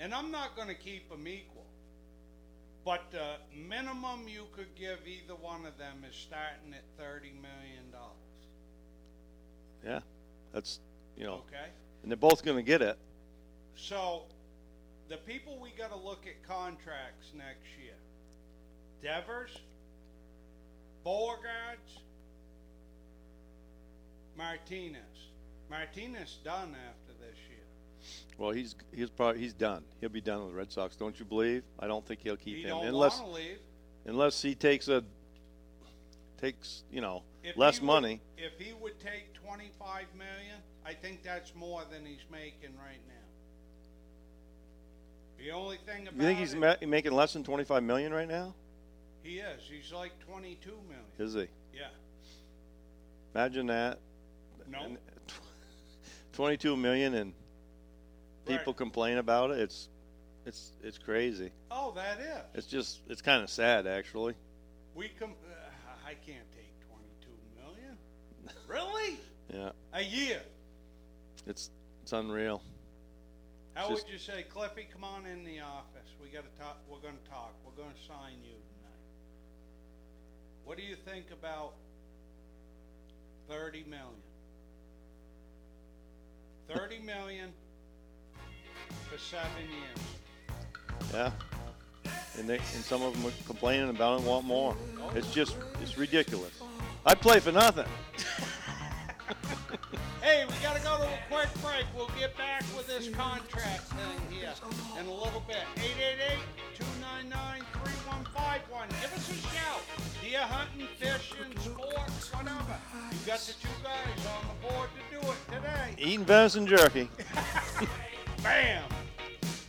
S2: and I'm not gonna keep them equal, but the minimum you could give either one of them is starting at thirty million dollars,
S3: Yeah, that's you know,
S2: okay?
S3: and they're both going to get it.
S2: So, the people we gotta look at contracts next year, Devers, Beauregards, Martinez. Martinez done after this year.
S3: Well, he's he's probably he's done. He'll be done with the Red Sox, don't you believe? I don't think he'll keep
S2: He
S3: him
S2: don't
S3: unless
S2: wanna leave.
S3: unless he takes a takes you know
S2: If
S3: less
S2: he would-
S3: money.
S2: If he would take twenty-five million, I think that's more than he's making right now. The only thing about
S3: You think he's
S2: it-
S3: ma- making less than twenty five million right now?
S2: he is. He's like twenty-two million.
S3: Is he?
S2: yeah.
S3: Imagine that.
S2: No.
S3: [laughs] Twenty two million and
S2: Right.
S3: people complain about it. It's it's it's crazy.
S2: Oh, that is.
S3: It's just it's kind of sad actually.
S2: We com- uh, I can't take twenty-two
S3: [laughs]
S2: million. Really?
S3: Yeah,
S2: A year?
S3: it's it's unreal.
S2: How
S3: Just-
S2: would you say, Cliffy? Come on in the office. We gotta talk. We're gonna talk. We're gonna sign you tonight. What do you think about thirty million? Thirty million for seven years.
S3: Yeah. And they and some of them are complaining about it and want more. It's just it's ridiculous. I play for nothing.
S2: Hey, we gotta go to a quick break. We'll get back with this contract thing here in a little bit. 888-299-3151. Give us a shout. Deer hunting, fishing, sports, whatever. You got the two guys on the board to do it today.
S3: Eating
S2: [laughs]
S3: venison jerky.
S2: Bam!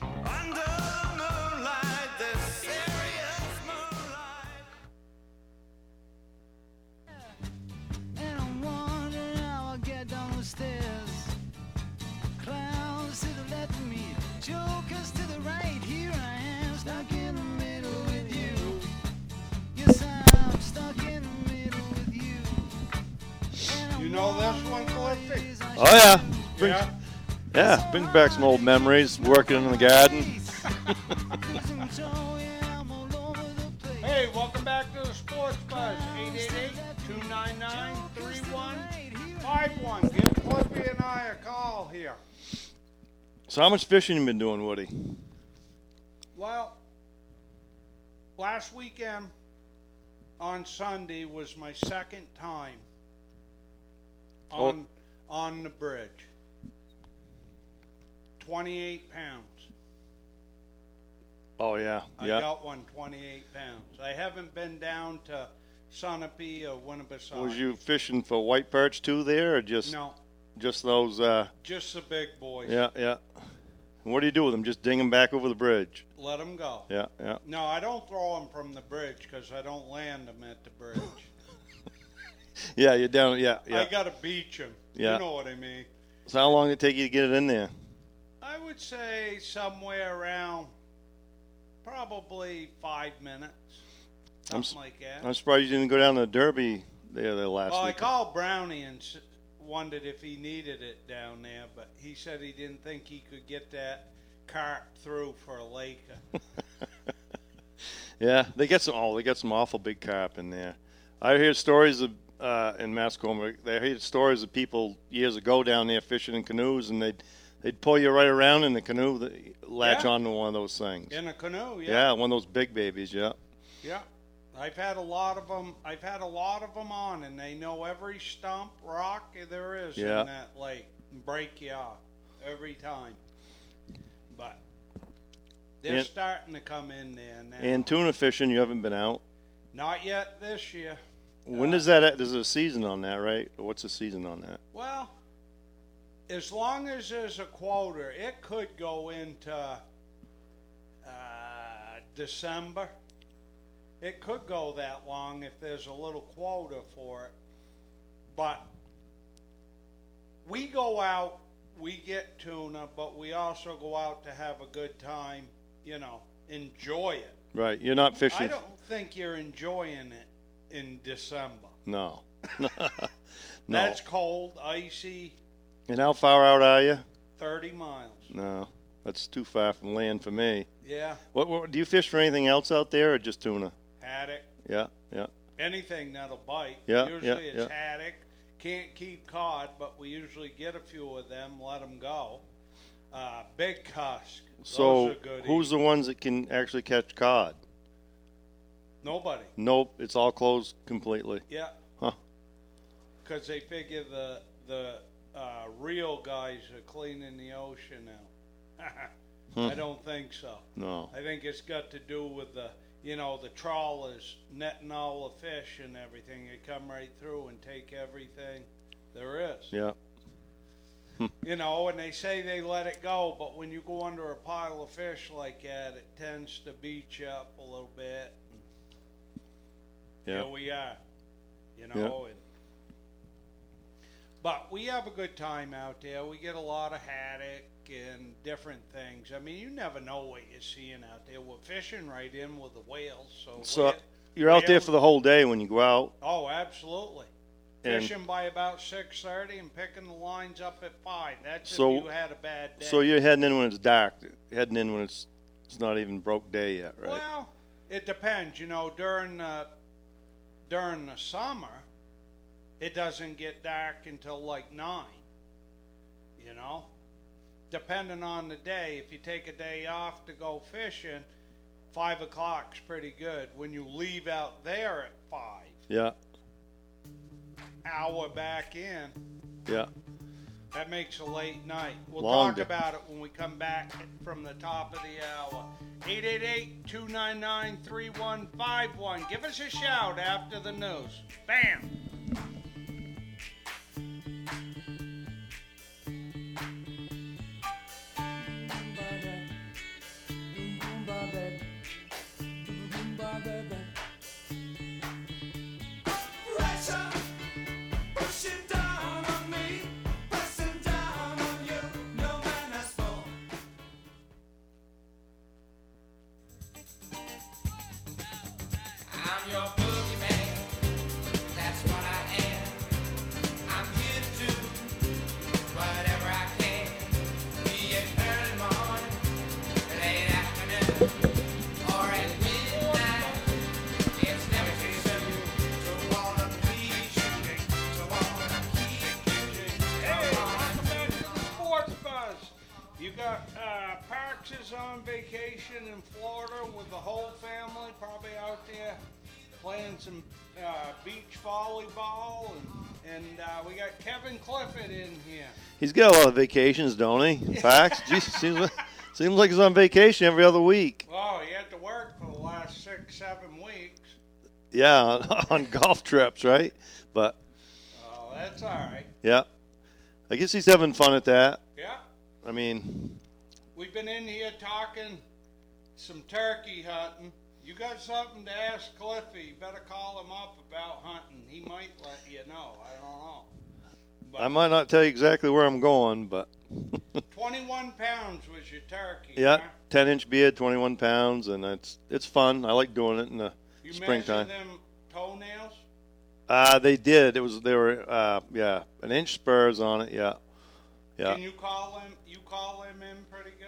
S1: Under moonlight, there's serious moonlight.
S8: And I'm wondering how I get down the stairs. Clowns to the left of me, jokers to the right. Here I am, stuck in the middle with you. Yes, I'm stuck in the middle with you. And I'm
S2: You know this one,
S8: wondering
S2: Cliffy?
S8: ways I
S3: Oh yeah.
S8: should-
S3: Brings,
S2: Yeah.
S3: yeah, brings back some old memories working in the garden.
S8: Losing joy, I'm all over the place.
S2: Hey, welcome back to the Sports Buzz. 888-299-3151. Give Cliffy and I a call here.
S3: So how much fishing you been doing, Woody?
S2: Well, last weekend on Sunday was my second time
S3: Oh.
S2: on on the bridge. Twenty eight pounds.
S3: Oh yeah.
S2: I
S3: Yeah.
S2: got one 28 pounds. I haven't been down to Sunapee or Winnipesaukee.
S3: Was you fishing for white perch too there or just
S2: No,
S3: just those uh
S2: just the big boys.
S3: yeah, yeah. And what do you do with them? Just ding them back over the bridge.
S2: Let them go.
S3: Yeah, yeah.
S2: No, I don't throw them from the bridge because I don't land them at the bridge.
S3: Yeah, you're down yeah, yeah.
S2: I got to beach them.
S3: Yeah.
S2: You know what I mean.
S3: So how long did it take you to get it in there?
S2: I would say somewhere around probably five minutes,
S3: I'm
S2: something like that.
S3: I'm surprised you didn't go down to Derby there the last
S2: well, I
S3: week.
S2: called Brownie and s- wondered if he needed it down there, but he said he didn't think he could get that cart through for a uh, Laker.
S3: yeah, they got some. Oh, they got some awful big carp in there. I hear stories of uh, in Mascoma. They hear stories of people years ago down there fishing in canoes, and they'd they'd pull you right around in the canoe, they latch
S2: Yeah.
S3: onto one of those things.
S2: In a canoe,
S3: Yeah, one of those big babies. Yeah.
S2: Yeah. I've had a lot of them. I've had a lot of them on, and they know every stump, rock there is
S3: Yeah.
S2: in that lake. and Break you off every time. But they're
S3: And-
S2: starting to come in there now.
S3: And tuna fishing, you haven't been out.
S2: Not yet this year.
S3: When does that? There's a season on that, right? What's the season on that?
S2: Well, as long as there's a quota, it could go into uh, December. It could go that long if there's a little quota for it. But we go out, we get tuna, but we also go out to have a good time, you know, enjoy it.
S3: Right. You're not
S2: I
S3: fishing.
S2: don't think you're enjoying it in December.
S3: No. [laughs] no.
S2: That's cold, icy,
S3: and how far out are you?
S2: 30 miles.
S3: No. That's too far from land for me.
S2: Yeah,
S3: What, what do you fish for anything else out there or just tuna?
S2: haddock,
S3: Yeah. Yeah.
S2: anything that'll bite.
S3: Yeah, yeah,
S2: usually it's
S3: yeah.
S2: haddock. Can't keep cod, but we usually get a few of them, let them go. Uh, big cusk.
S3: So
S2: Those are good
S3: who's
S2: eaters.
S3: the ones that can actually catch cod?
S2: Nobody.
S3: Nope. It's all closed completely.
S2: Yeah,
S3: Huh.
S2: because they figure the the uh, real guys are cleaning the ocean out. [laughs] I don't think so.
S3: Hmm. No.
S2: I think it's got to do with the you know the trawlers netting all the fish and everything. They come right through and take everything there is.
S3: Yeah.
S2: You know, and they say they let it go, but when you go under a pile of fish like that, it tends to beat you up a little bit.
S3: Yeah.
S2: Here we are. You know, and but we have a good time out there. We get a lot of haddock and different things. I mean, you never know what you're seeing out there. We're fishing right in with the whales, so
S3: So
S2: whale-
S3: you're out there
S2: whales-
S3: for the whole day when you go out.
S2: oh, absolutely.
S3: And-
S2: Fishing by about six thirty and picking the lines up at five. That's
S3: So-
S2: if you had a bad day.
S3: So you're heading in when it's dark, heading in when it's it's not even broke day yet, right?
S2: Well, it depends. You know, during the during the summer, it doesn't get dark until like nine. You know, depending on the day. If you take a day off to go fishing, five o'clock's pretty good. When you leave out there at five,
S3: yeah,
S2: hour back in,
S3: yeah.
S2: that makes a late night. We'll
S3: Long
S2: talk
S3: day.
S2: about it when we come back from the top of the hour. 888-299-3151. Give us a shout after the news. Bam!
S1: I'm your boogeyman. That's what I am. I'm here to do whatever I can. Be it early morning, late afternoon, or at midnight. It's never too soon to wanna be you, to wanna keep you.
S2: Hey, welcome back to the Sports Buzz. You got uh, Parks is on vacation in Florida with the whole family, probably out there playing some uh, beach volleyball, and, and uh, we got Kevin Clifford in here.
S3: He's got a lot of vacations, don't he? In fact,
S2: [laughs]
S3: geez, seems like, seems like he's on vacation every other week.
S2: Well, he had to work for the last six, seven weeks.
S3: Yeah, [laughs] on, on golf trips, right? But
S2: Oh, that's all right.
S3: yeah, I guess he's having fun at that.
S2: Yeah,
S3: I mean,
S2: we've been in here talking some turkey hunting. You got something to ask Cliffy? You better call him up about hunting. He might let you know. I don't know.
S3: I might not tell you exactly where I'm going, but
S2: Twenty-one pounds was your turkey.
S3: yeah,
S2: huh?
S3: 10 inch beard, 21 pounds, and it's it's fun. I like doing it in the
S2: You
S3: springtime.
S2: measure them toenails?
S3: Uh, they did. It was they were uh, yeah, an inch spurs on it. Yeah, yeah.
S2: Can you call him? You call him in pretty good.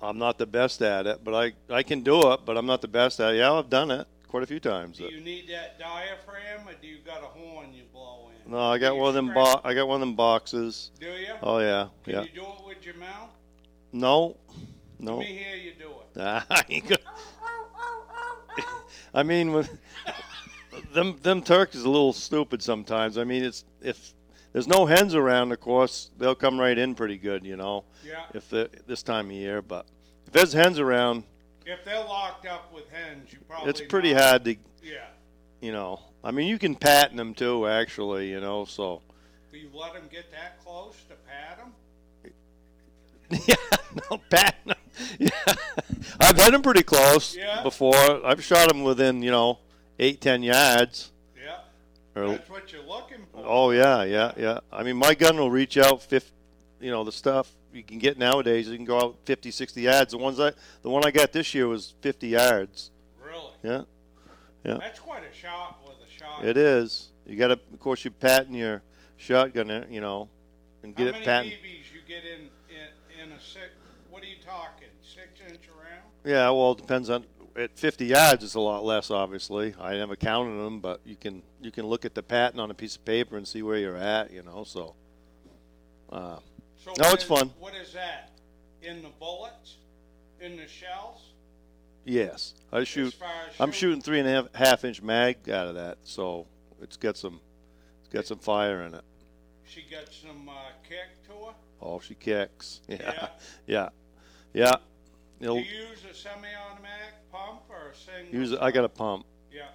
S3: I'm not the best at it, but I I can do it. But I'm not the best at it. Yeah, I've done it quite a few times.
S2: Do you need that diaphragm, or do you got a horn you blow in?
S3: no, I
S2: Do
S3: got
S2: you
S3: one of them
S2: scratch-
S3: bo- I got one of them boxes.
S2: Do you?
S3: Oh yeah,
S2: Can
S3: yeah. Oh.
S2: you do it with your mouth? Let
S3: No, no.
S2: me hear you do
S3: [laughs]
S2: it.
S3: Nah, I ain't gonna- I mean, with them them turkeys a little stupid sometimes. I mean, it's if there's no hens around, of course they'll come right in pretty good, you know.
S2: Yeah.
S3: If the, this time of year, but if there's hens around,
S2: If they're locked up with hens, you probably
S3: it's pretty
S2: not-
S3: hard to,
S2: Yeah,
S3: you know. I mean, you can patent them too, actually, you know. So
S2: do you let them get that close to pat them?
S3: [laughs] yeah, no [laughs] patent 'em. Yeah, I've had them pretty close
S2: Yeah.
S3: before. I've shot them within, you know, eight, ten yards.
S2: Yeah,
S3: Or,
S2: that's what you're looking for.
S3: oh yeah, yeah, yeah. I mean, my gun will reach out fif You know, the stuff you can get nowadays, you can go out 50, 60 yards. The ones I, the one I got this year was 50 yards.
S2: Really?
S3: Yeah,
S2: That's quite a shot with a shot.
S3: it is. You got to, of course, you patent your shotgun, uh, you know, and
S2: How
S3: get
S2: many
S3: it patent.
S2: BBs you get in, in in a six? What are you talking? Six inch around?
S3: Yeah, well, it depends on. At 50 yards, it's a lot less. Obviously, I never counted them, but you can you can look at the pattern on a piece of paper and see where you're at. You know, so uh,
S2: So
S3: No,
S2: what
S3: it's
S2: is-
S3: fun.
S2: What is that? In the bullets? In the shells?
S3: yes, I shoot.
S2: far as shooting-
S3: I'm shooting three and a half half inch mag out of that, so it's got some it's got some fire in it.
S2: She got some uh, kick to her.
S3: Oh, she kicks. [laughs] Yeah,
S2: Yeah.
S3: yeah, yeah.
S2: Do
S3: It'll
S2: you use a semi-automatic pump or a single?
S3: use. I got a pump.
S2: Yeah.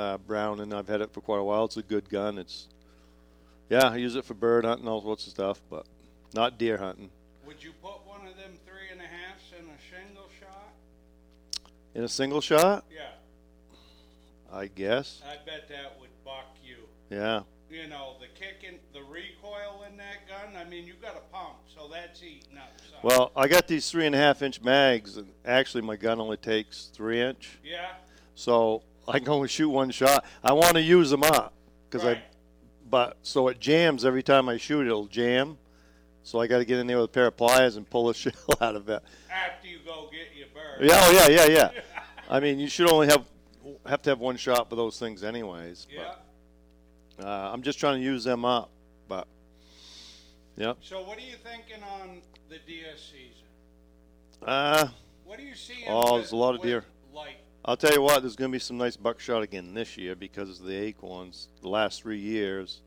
S3: uh, brown, and I've had it for quite a while. It's a good gun. It's yeah, I use it for bird hunting, all sorts of stuff, but not deer hunting.
S2: Would you put one of them three and a halfs in a shingle shot?
S3: In a single shot,
S2: Yeah,
S3: I guess.
S2: I bet that would buck you.
S3: Yeah,
S2: You know, the kicking, the recoil in that gun. I mean, you got a pump, so that's eating up. Some.
S3: well, I got these three and a half inch mags, and actually my gun only takes three inch,
S2: yeah,
S3: so I can only shoot one shot. I want to use them up because I,
S2: right.
S3: but so it jams every time I shoot. It'll jam, so I got to get in there with a pair of pliers and pull a [laughs] shell out of it.
S2: After you go get your bird.
S3: Yeah, oh, yeah, yeah, yeah. I mean, you should only have have to have one shot for those things, anyways.
S2: Yeah.
S3: But, uh, I'm just trying to use them up, but yeah.
S2: So what are you thinking on the deer season?
S3: Uh,
S2: What do you see?
S3: Oh, there's a lot of deer.
S2: Like,
S3: I'll tell you what, there's going to be some nice buckshot again this year because of the acorns. The last three years,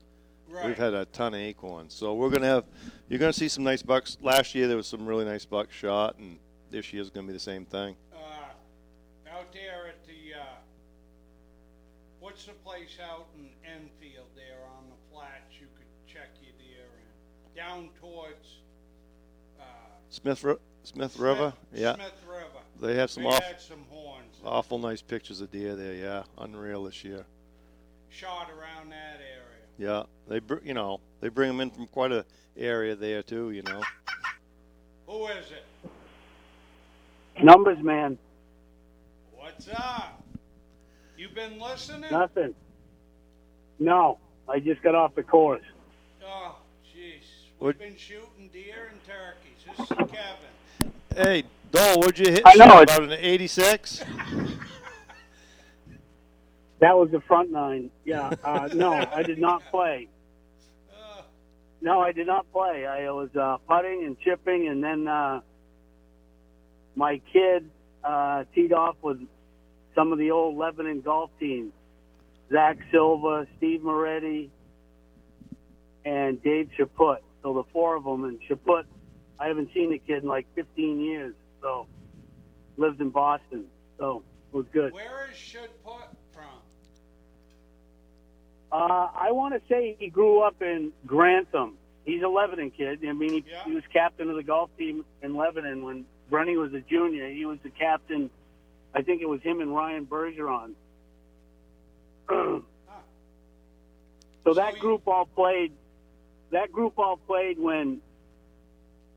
S2: right.
S3: we've had a ton of acorns, so we're going to have you're going to see some nice bucks. Last year there was some really nice buckshot, and this year's going to be the same thing.
S2: uh, out there at the uh, what's the place out in Enfield there on the flats you could check your deer in down towards uh,
S3: Smith Ri- Smith River,
S2: Smith,
S3: yeah,
S2: Smith River.
S3: they have some
S2: They
S3: off,
S2: had some horns that
S3: awful nice pictures of deer there. Yeah, unreal this year.
S2: shot around that area.
S3: Yeah, they br- you know they bring them in from quite a area there too. You know.
S2: Who is it?
S9: Numbers, man.
S2: What's up? You been listening?
S9: Nothing. No, I just got off the course.
S2: Oh, jeez. We've
S3: What-
S2: been shooting deer and turkeys. This is Kevin.
S3: Hey, Dole, would you hit
S9: I know,
S3: shot
S9: it's-
S3: about an 86?
S9: That was the front nine. Yeah. Uh, no, I did not play. No, I did not play. I was uh, putting and chipping, and then uh, my kid uh, teed off with some of the old Lebanon golf teams Zach Silva, Steve Moretti, and Dave Chaput. So the four of them. And Chaput, I haven't seen the kid in like 15 years. So lives in Boston. So it was good.
S2: Where is should put from?
S9: Uh, I want to say he grew up in Grantham. He's a Lebanon kid. I mean, he,
S2: Yeah.
S9: he was captain of the golf team in Lebanon when Brenny was a junior. He was the captain. I think it was him and Ryan Bergeron. [clears throat] so that
S2: he-
S9: group all played. That group all played when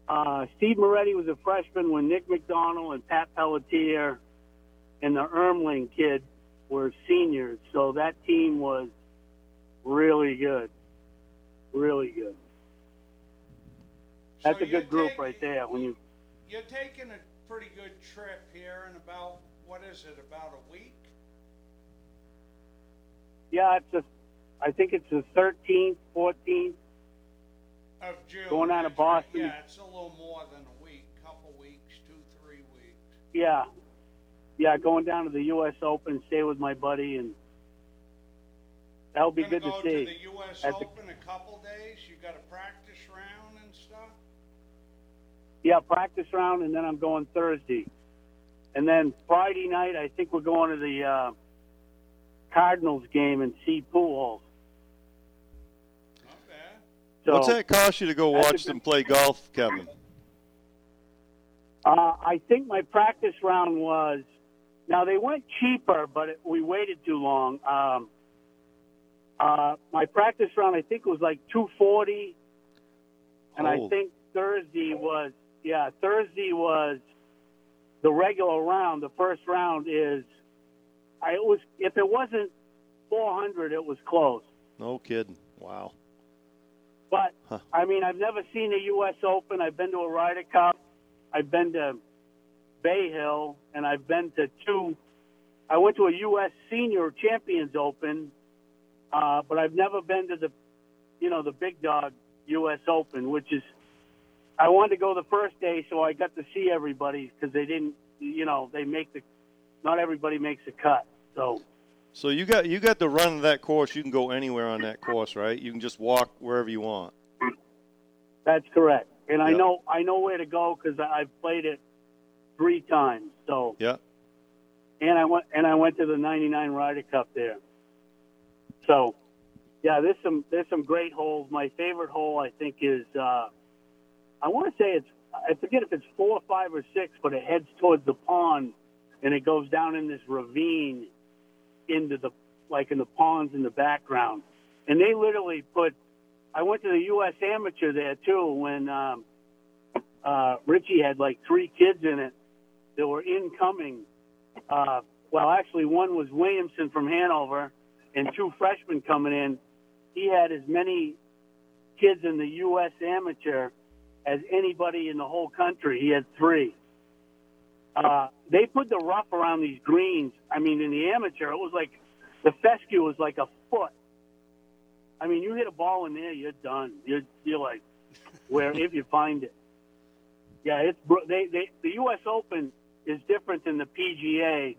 S9: uh, Steve Moretti was a freshman. When Nick McDonald and Pat Pelletier and the Ermling kid were seniors. So that team was really good. Really good. That's
S2: So
S9: a
S2: you're
S9: good group
S2: taking-
S9: right there. When you
S2: You're taking a pretty good trip here in about, what is it, about a week?
S9: yeah, it's just I think it's the thirteenth, fourteenth.
S2: Of June.
S9: Going out of
S2: That's right.
S9: Boston.
S2: Yeah, it's a little more than a week, couple weeks, two, three weeks.
S9: Yeah. Yeah, going down to the US Open, stay with my buddy and that'll be good to
S2: Gonna go
S9: see.
S2: to the US
S9: At the-
S2: Open a couple days, you got a practice round and stuff?
S9: Yeah, practice round, and then I'm going Thursday, and then Friday night I think we're going to the uh, Cardinals game and see Pujols.
S2: Not bad.
S9: So
S3: What's that cost you to go
S9: That's a
S3: watch
S9: good-
S3: them play golf, Kevin?
S9: Uh, I think my practice round was Now they went cheaper, but it, we waited too long. Um, uh, my practice round, I think, was like two forty, and I
S3: Oh.
S9: think Thursday was yeah. Thursday was the regular round. The first round is, I it was if it wasn't four hundred, it was close.
S3: No kidding. Wow.
S9: But
S3: Huh.
S9: I mean, I've never seen a U.S. Open. I've been to a Ryder Cup. I've been to Bay Hill, and I've been to two. I went to a U.S. Senior Champions Open, uh, but I've never been to the, you know, the big dog U.S. Open, which is. I wanted to go the first day, so I got to see everybody because they didn't, you know, they make the. Not everybody makes the cut, so.
S3: So you got you got the run of that course. You can go anywhere on that course, right? You can just walk wherever you want.
S9: That's correct, and I
S3: Yeah.
S9: know I know where to go because I've played it three times. So
S3: Yeah.
S9: and I went and I went to the '99 Ryder Cup there. So yeah, there's some there's some great holes. My favorite hole I think is uh, I want to say it's I forget if it's four, five, or six, but it heads towards the pond and it goes down in this ravine into the like in the ponds in the background, and they literally put. I went to the U.S. Amateur there too when um, uh, Richie had like three kids in it that were incoming. Uh, well, actually, one was Williamson from Hanover, and two freshmen coming in. He had as many kids in the U.S. amateur as anybody in the whole country. He had three. Uh, they put the rough around these greens. I mean, in the amateur, it was like the fescue was like a foot. I mean, you hit a ball in there, you're done. You're, you're like, where if you find it. Yeah, it's br- they, they the U.S. Open is different than the PGA.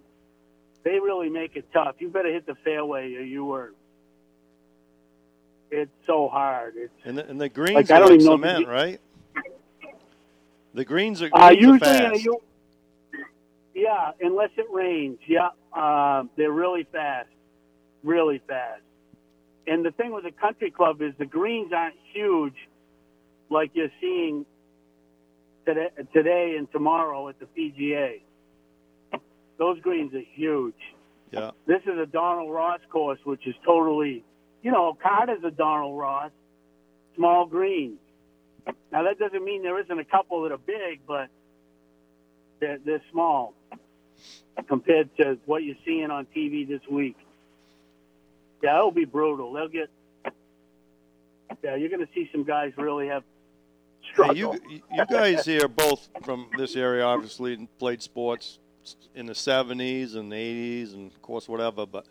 S9: They really make it tough. You better hit the fairway or you were. It's so hard. It's
S3: And the, and the greens
S9: I
S3: are
S9: don't
S3: like
S9: even know if you-
S3: cement, right? The greens are,
S9: uh,
S3: greens are
S9: usually in a
S3: fast.
S9: U- yeah, unless it rains. Yeah, uh, they're really fast, really fast. And the thing with the country club is the greens aren't huge, like you're seeing today, today and tomorrow at the PGA. Those greens are huge
S3: yeah.
S9: this is a Donald Ross course, which is totally, you know, Carter's a Donald Ross, small greens. Now that doesn't mean there isn't a couple that are big, but they're, they're small compared to what you're seeing on TV this week. Yeah, it'll be brutal. They'll get. Yeah, you're going to see some guys really have
S3: Hey,
S9: struggle.
S3: you you guys here are both from this area, obviously, and played sports in the '70s and '80s, and of course, whatever. But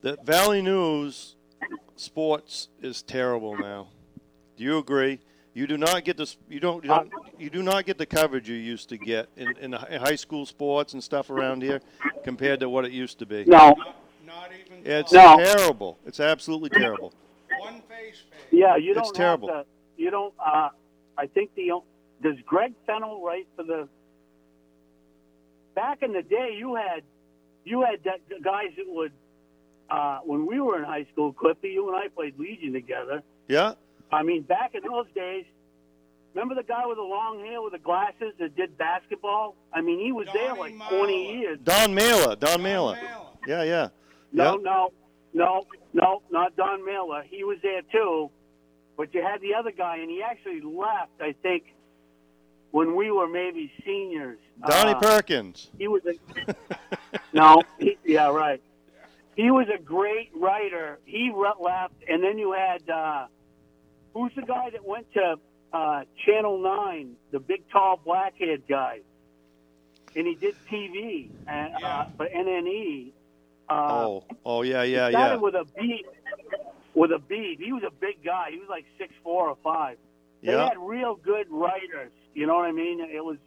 S3: the Valley News sports is terrible now. Do you agree? You do not get this. You don't. You, don't, you do not get the coverage you used to get in, in hi- high school sports and stuff around here, compared to what it used to be.
S9: no,
S2: Not even
S3: It's
S2: close.
S9: No.
S3: terrible. It's absolutely terrible.
S2: One face fade.
S9: Yeah, you
S3: It's
S9: don't.
S3: terrible.
S9: Have to, you don't. Uh, I think the o- does Greg Fennell write for the. Back in the day, you had you had that the guys that would. Uh, when we were in high school, Cliffy, you and I played Legion together.
S3: Yeah.
S9: I mean, back in those days, remember the guy with the long hair with the glasses that did basketball? I mean, he was there
S2: Donnie
S9: like
S2: Mauer.
S9: 20 years.
S3: Don Mailer. Don, Mailer.
S2: Mailer.
S3: Yeah. Yeah.
S9: No,
S3: Yep.
S9: no, no, no, not Don Miller. He was there too, but you had the other guy, and he actually left. I think when we were maybe seniors.
S3: Donnie
S9: Uh,
S3: Perkins. [laughs]
S9: he was a no. He, yeah, right. He was a great writer. He re- left, and then you had uh, who's the guy that went to uh, Channel Nine, the big tall blackhead guy, and he did TV and,
S2: Yeah.
S9: uh, for NNE. Uh,
S3: Oh, oh yeah, yeah, yeah,
S9: started with a beef. With a beef, he was a big guy. He was like six four or five. They
S3: yeah.
S9: had real good writers. You know what I mean? It was,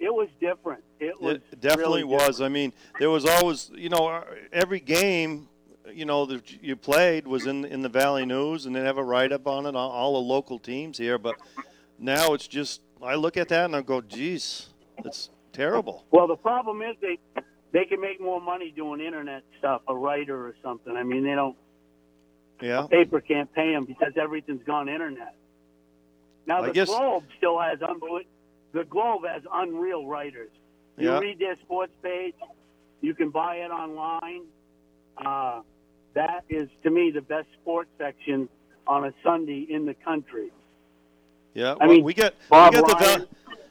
S9: it was different. It was
S3: It definitely
S9: really
S3: was. I mean, there was always, you know, uh, every game, you know, that you played was in in the Valley News, and they have a write up on it on all the local teams here. But now it's just, I look at that and I go, geez, it's terrible.
S9: Well, the problem is they they can make more money doing internet stuff, a writer or something. I mean, they don't
S3: Yeah,
S9: paper can't pay them because everything's gone internet. Now
S3: I
S9: the
S3: guess-
S9: Globe still has unbelievable. The Globe has unreal writers. You
S3: Yeah.
S9: read their sports page, You can buy it online. Uh, that is, to me, the best sports section on a Sunday in the country.
S3: Yeah,
S9: I
S3: well,
S9: mean,
S3: we got
S9: Bob
S3: we got the
S9: Ryan-
S3: Val-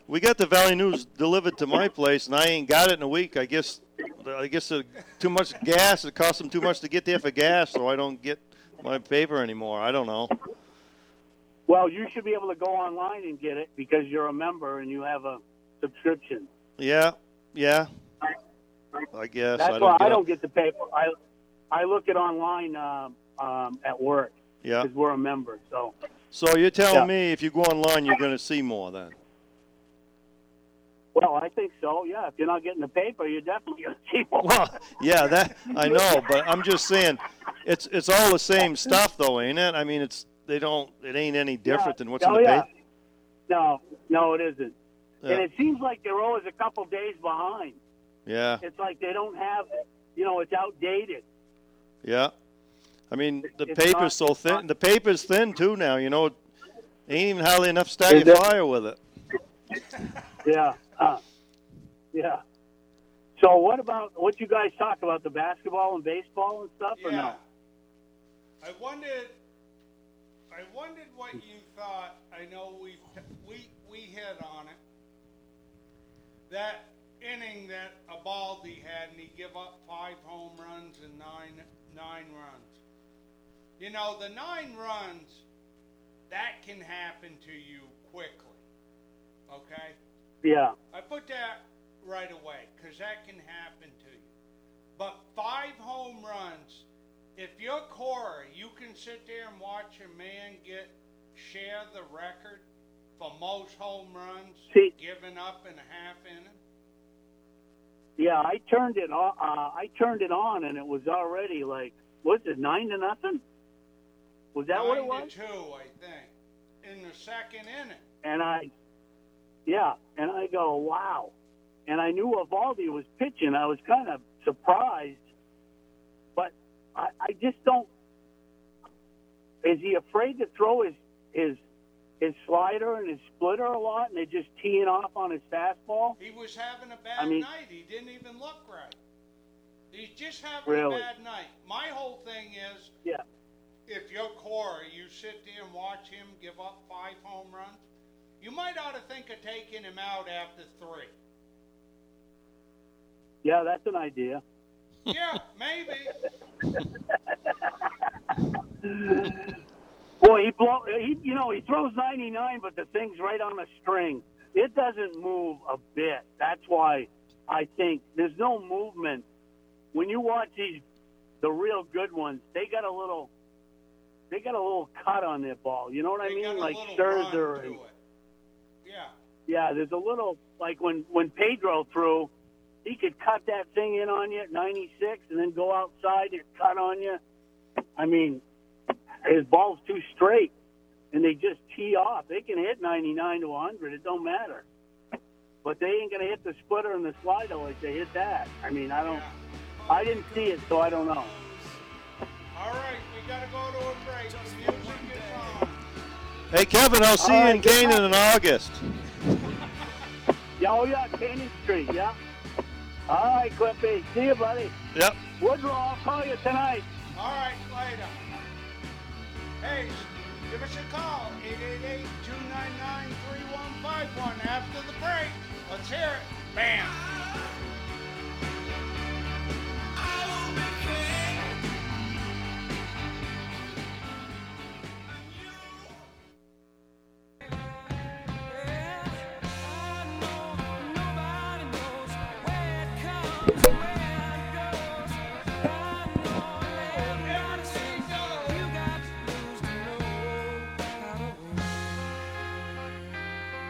S3: we got the Valley News delivered to my place, and I ain't got it in a week. I guess I guess uh, too much gas. It costs them too much to get there for gas, so I don't get my favor anymore. I don't know.
S9: Well, you should be able to go online and get it because you're a member and you have a subscription.
S3: Yeah, yeah. I guess
S9: That's
S3: I
S9: why
S3: don't. Get
S9: I
S3: it.
S9: don't get the paper. I I look it online um, um, at work
S3: Yeah.
S9: because we're a member. So
S3: So you're telling
S9: Yeah.
S3: me if you go online, you're going to see more then?
S9: Well, I think so. Yeah, if you're not getting the paper, you're definitely gonna see more.
S3: Well, [laughs] yeah, that I know, but I'm just saying, it's it's all the same stuff though, ain't it? I mean, it's they don't. It ain't any different than what's
S9: oh,
S3: in the
S9: yeah.
S3: paper.
S9: No, no, it isn't.
S3: Yeah.
S9: And it seems like they're always a couple days behind.
S3: Yeah.
S9: It's like they don't have, you know, it's outdated.
S3: Yeah, I mean the
S9: It's
S3: paper's
S9: not-
S3: so
S9: it's
S3: thin.
S9: not-
S3: the paper's thin too now. You know, ain't even hardly enough starting
S9: Is it?
S3: fire with it.
S9: Yeah, uh, yeah. So what about what you guys talk about the basketball and baseball and stuff or no?
S2: I wondered. I wondered what you thought. I know we we we hit on it. That inning that Abaldi had, and he give up five home runs and nine nine runs. You know the nine runs, that can happen to you quickly. Okay.
S9: Yeah,
S2: I put that right away because that can happen to you. But five home runs, if you're Corey, you can sit there and watch a man get share the record for most home runs
S9: See-
S2: given up in a half inning.
S9: yeah. I turned it on. Uh, I turned it on and it was already like what's it nine to nothing? Was that what it
S2: Nine
S9: was?
S2: to two, I think, in the second inning.
S9: and I, yeah, and I go, wow. And I knew Evaldi was pitching. I was kind of surprised, but I, I just don't. Is he afraid to throw his his his slider and his splitter a lot, and they're just teeing off on his fastball?
S2: He was having a bad
S9: I mean-
S2: night. He didn't even look right. He's just having
S9: Really?
S2: a bad night. My whole thing is
S9: Yeah,
S2: if you're Corey, you sit there and watch him give up five home runs, you might ought to think of taking him out after three.
S9: yeah, that's an idea.
S2: yeah, maybe.
S9: Boy, he blow. He, you know, he throws 99, but the thing's right on a string. It doesn't move a bit. That's why I think there's no movement. When you watch these, the real good ones, they got a little, they got a little cut on their ball. You know what I
S2: They got
S9: mean?
S2: a
S9: Like
S2: little
S9: Scherzer
S2: run
S9: and
S2: to it. Yeah.
S9: yeah, there's a little like when when Pedro threw, he could cut that thing in on you at 96, and then go outside and cut on you. I mean, his ball's too straight, and they just tee off. They can hit 99 to 100; it don't matter. But they ain't gonna hit the splitter and the slider like they hit that. I mean, I don't. I didn't see it, so I don't know.
S2: All right, we got to go to a break. The music is on.
S3: Hey Kevin, I'll see
S9: All
S3: you
S9: right,
S3: in
S9: good
S3: Canaan
S9: luck.
S3: in August.
S9: Yeah, oh yeah, Canyon Street. Yeah. All right, Clippy. See you, buddy.
S3: Yep.
S9: Woodrow, I'll call you tonight.
S2: All right, later. Hey, give us a call, 888-299-3151 after the break. Let's hear it. Bam.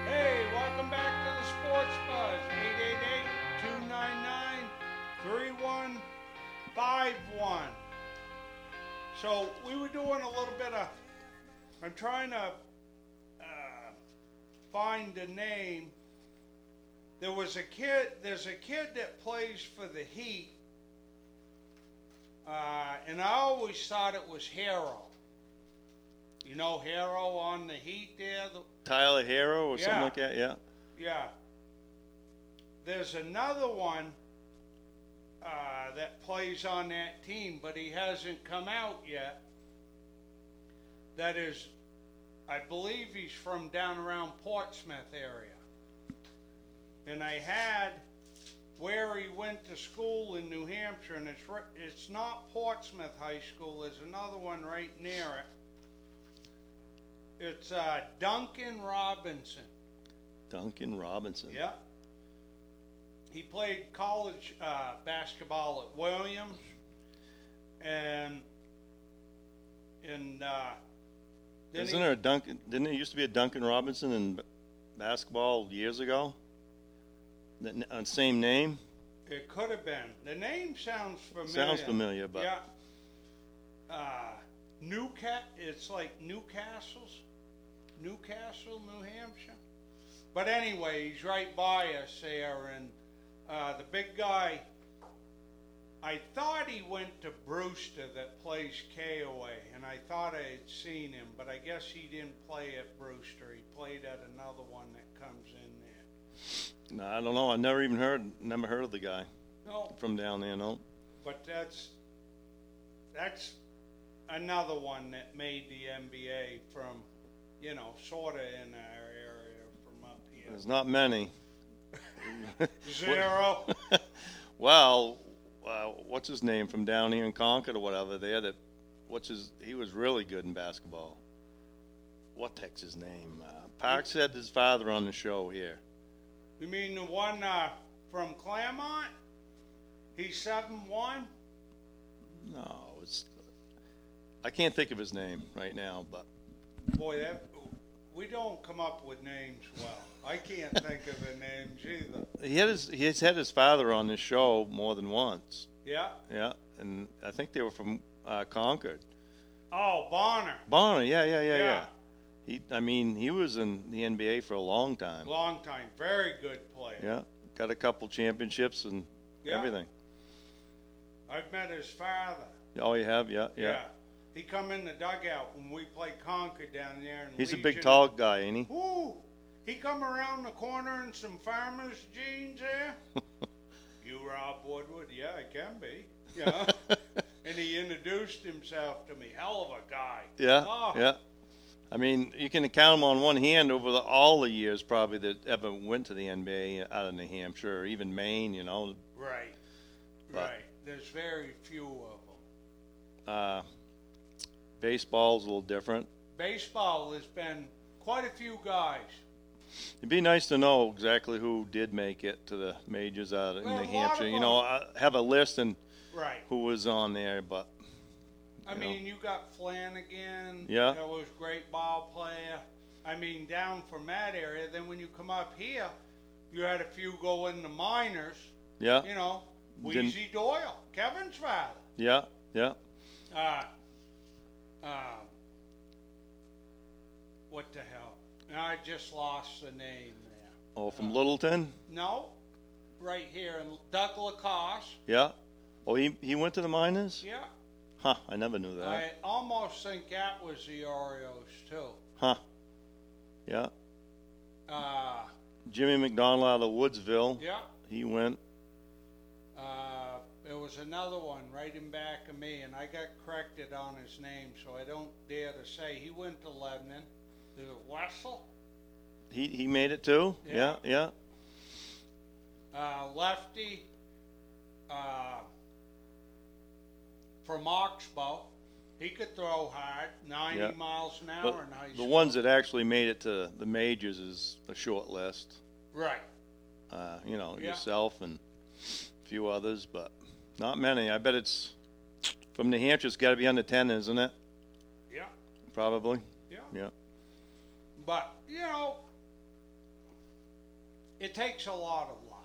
S2: Hey, welcome back to the Sports Buzz. 888-299-3151. So we were doing a little bit of. I'm trying to uh, find a name. There was a kid. There's a kid that plays for the Heat. Uh, and I always thought it was Harrow. You know Harrow on the Heat there, the,
S3: Tyler Harrow or something
S2: Yeah.
S3: like that. Yeah.
S2: yeah. There's another one. uh, that plays on that team, but he hasn't come out yet. That is, I believe he's from down around Portsmouth area. And I had where he went to school in New Hampshire, and it's, ri- it's not Portsmouth High School, there's another one right near it. It's uh, Duncan Robinson.
S3: Duncan Robinson.
S2: Yeah. He played college uh, basketball at Williams, and and uh, then
S3: Isn't
S2: he-
S3: there a Duncan? Didn't there used to be a Duncan Robinson in b- basketball years ago? That n- uh, same name.
S2: It could have been. The name sounds familiar.
S3: Sounds familiar, but-
S2: yeah. Uh, Newcat. It's like Newcastle's, Newcastle, New Hampshire. But anyway, he's right by us there, and uh, the big guy. I thought he went to Brewster that plays KOA, and I thought I had seen him, but I guess he didn't play at Brewster. He played at another one that comes in there.
S3: No, I don't know. I never even heard, never heard of the guy
S2: No,
S3: from down there. No.
S2: But that's that's another one that made the NBA from you know sort of in our area from up here.
S3: There's not many.
S2: Zero.
S3: Well, uh, what's his name from down here in Concord or whatever? There, that what's his? He was really good in basketball. What the heck's his name? Uh, Parks had his father on the show here.
S2: you mean the one uh, from Claremont? He's seven one.
S3: No, it's I can't think of his name right now, but
S2: Boy, that we don't come up with names well. I can't think of the names either.
S3: he had his he's had his father on this show more than once.
S2: Yeah.
S3: Yeah, and I think they were from uh, Concord.
S2: Oh, Bonner.
S3: Bonner, yeah, yeah, yeah, yeah,
S2: Yeah.
S3: He, I mean, he was in the NBA for a long time.
S2: Long time. Very good player.
S3: Yeah, got a couple championships and
S2: Yeah.
S3: everything.
S2: I've met his father.
S3: Oh, you have, yeah, yeah.
S2: Yeah. He come in the dugout when we play Concord down there. In
S3: He's a big,
S2: Legion.
S3: tall guy, ain't he?
S2: Woo! He come around the corner in some farmer's jeans
S3: [laughs]
S2: there. you Rob Woodward? Yeah, I can
S3: [laughs]
S2: be. Yeah. and he introduced himself to me. Hell of a guy.
S3: Yeah,
S2: Oh,
S3: yeah. I mean, you can count them on one hand over the, all the years probably that ever went to the NBA out of New Hampshire or even Maine. You know,
S2: Right.
S3: But-
S2: right. There's very few of them.
S3: uh, baseball's a little different.
S2: Baseball has been quite a few guys.
S3: It'd be nice to know exactly who did make it to the majors out in
S2: Well, a lot
S3: New Hampshire.
S2: of
S3: You know, I have a list and
S2: Right.
S3: who was on there, but
S2: I
S3: you know?
S2: mean, you got Flanagan.
S3: Yeah.
S2: That was a great ball player. I mean, down from that area. Then when you come up here, you had a few go in the minors.
S3: yeah,
S2: You know,
S3: Uh, Didn't-
S2: Wheezy Doyle, Kevin's father.
S3: yeah, yeah.
S2: Uh, uh, what the hell? Now I just lost the name there.
S3: Oh, from Littleton,
S2: No, right here, in Doug Lacoste.
S3: yeah. Oh, he he went to the minors.
S2: Yeah.
S3: Huh, I never knew that.
S2: I almost think that was the Orioles, too.
S3: Huh. Yeah.
S2: Uh,
S3: Jimmy McDonald out of Woodsville.
S2: yeah.
S3: He went.
S2: Uh, there was another one right in back of me, and I got corrected on his name, so I don't dare to say. He went to Lebanon. Is it Wessel?
S3: He he made it too. Yeah,
S2: Yeah.
S3: yeah.
S2: Uh, lefty uh, from Oxbow. He could throw hard, 90
S3: Yeah.
S2: miles an hour
S3: But
S2: in high
S3: the
S2: school.
S3: ones that actually made it to the majors is a short list.
S2: right.
S3: Uh, you know,
S2: Yeah.
S3: yourself and a few others, but not many. I bet it's from New Hampshire. It's got to be under ten, isn't it?
S2: Yeah.
S3: Probably.
S2: Yeah.
S3: Yeah.
S2: But, you know, it takes a lot of luck.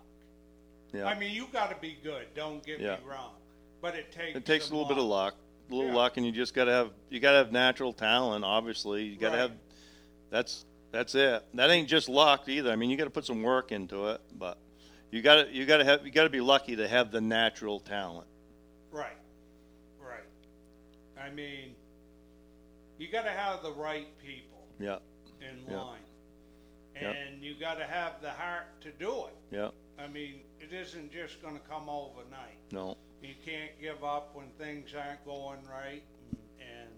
S3: Yeah.
S2: I mean, you got to be good. Don't get
S3: Yeah.
S2: me wrong, but it takes
S3: it takes a
S2: some
S3: little bit of luck, a little
S2: Yeah.
S3: luck, and you just gotta have you gotta have natural talent. Obviously, you gotta
S2: Right.
S3: have. That's that's it. That ain't just luck either. I mean, you gotta put some work into it, but you gotta you gotta have you gotta be lucky to have the natural talent.
S2: Right, right. I mean, you got to have the right people
S3: Yeah,
S2: in
S3: Yeah.
S2: line,
S3: Yeah.
S2: and you got to have the heart to do it.
S3: yeah,
S2: I mean, it isn't just going to come overnight.
S3: No.
S2: You can't give up when things aren't going right, and, and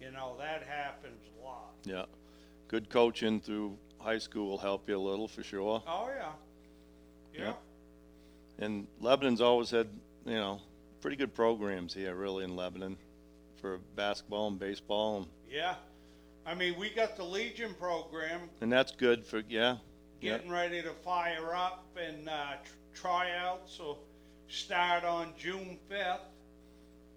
S2: you know that happens a lot.
S3: Yeah. Good coaching through high school will help you a little for sure.
S2: Oh yeah, yeah.
S3: Yeah. And Lebanon's always had, you know, pretty good programs here, really, in Lebanon for basketball and baseball. And,
S2: Yeah. I mean, we got the Legion program
S3: and that's good for, yeah. yeah.
S2: getting ready to fire up, and uh, tr- tryouts will start on June 5th.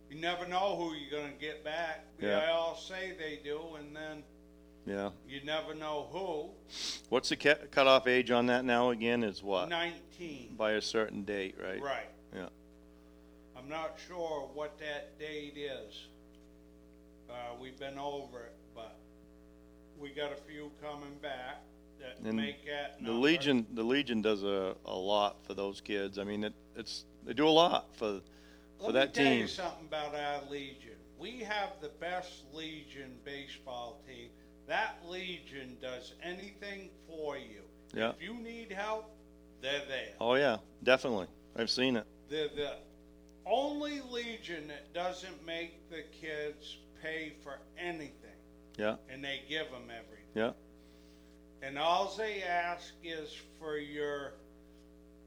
S2: You never know who you're going to get back.
S3: Yeah.
S2: They all say they do, and then
S3: Yeah.
S2: you never know who.
S3: What's the ca- cutoff age on that now again? Is what?
S2: 19.
S3: By a certain date, right?
S2: Right.
S3: Yeah.
S2: I'm not sure what that date is. Uh, we've been over it, but we got a few coming back that
S3: And
S2: make that.
S3: The
S2: number.
S3: Legion, the Legion does a, a lot for those kids. I mean, it, it's they do a lot for for
S2: Let
S3: that
S2: me tell
S3: team.
S2: you something about our Legion. We have the best Legion baseball team. That Legion does anything for you.
S3: Yeah.
S2: If you need help, they're there.
S3: Oh yeah, definitely. I've seen it.
S2: They're the only Legion that doesn't make the kids pay for anything,
S3: Yeah,
S2: and they give them everything.
S3: yeah,
S2: And all they ask is for your.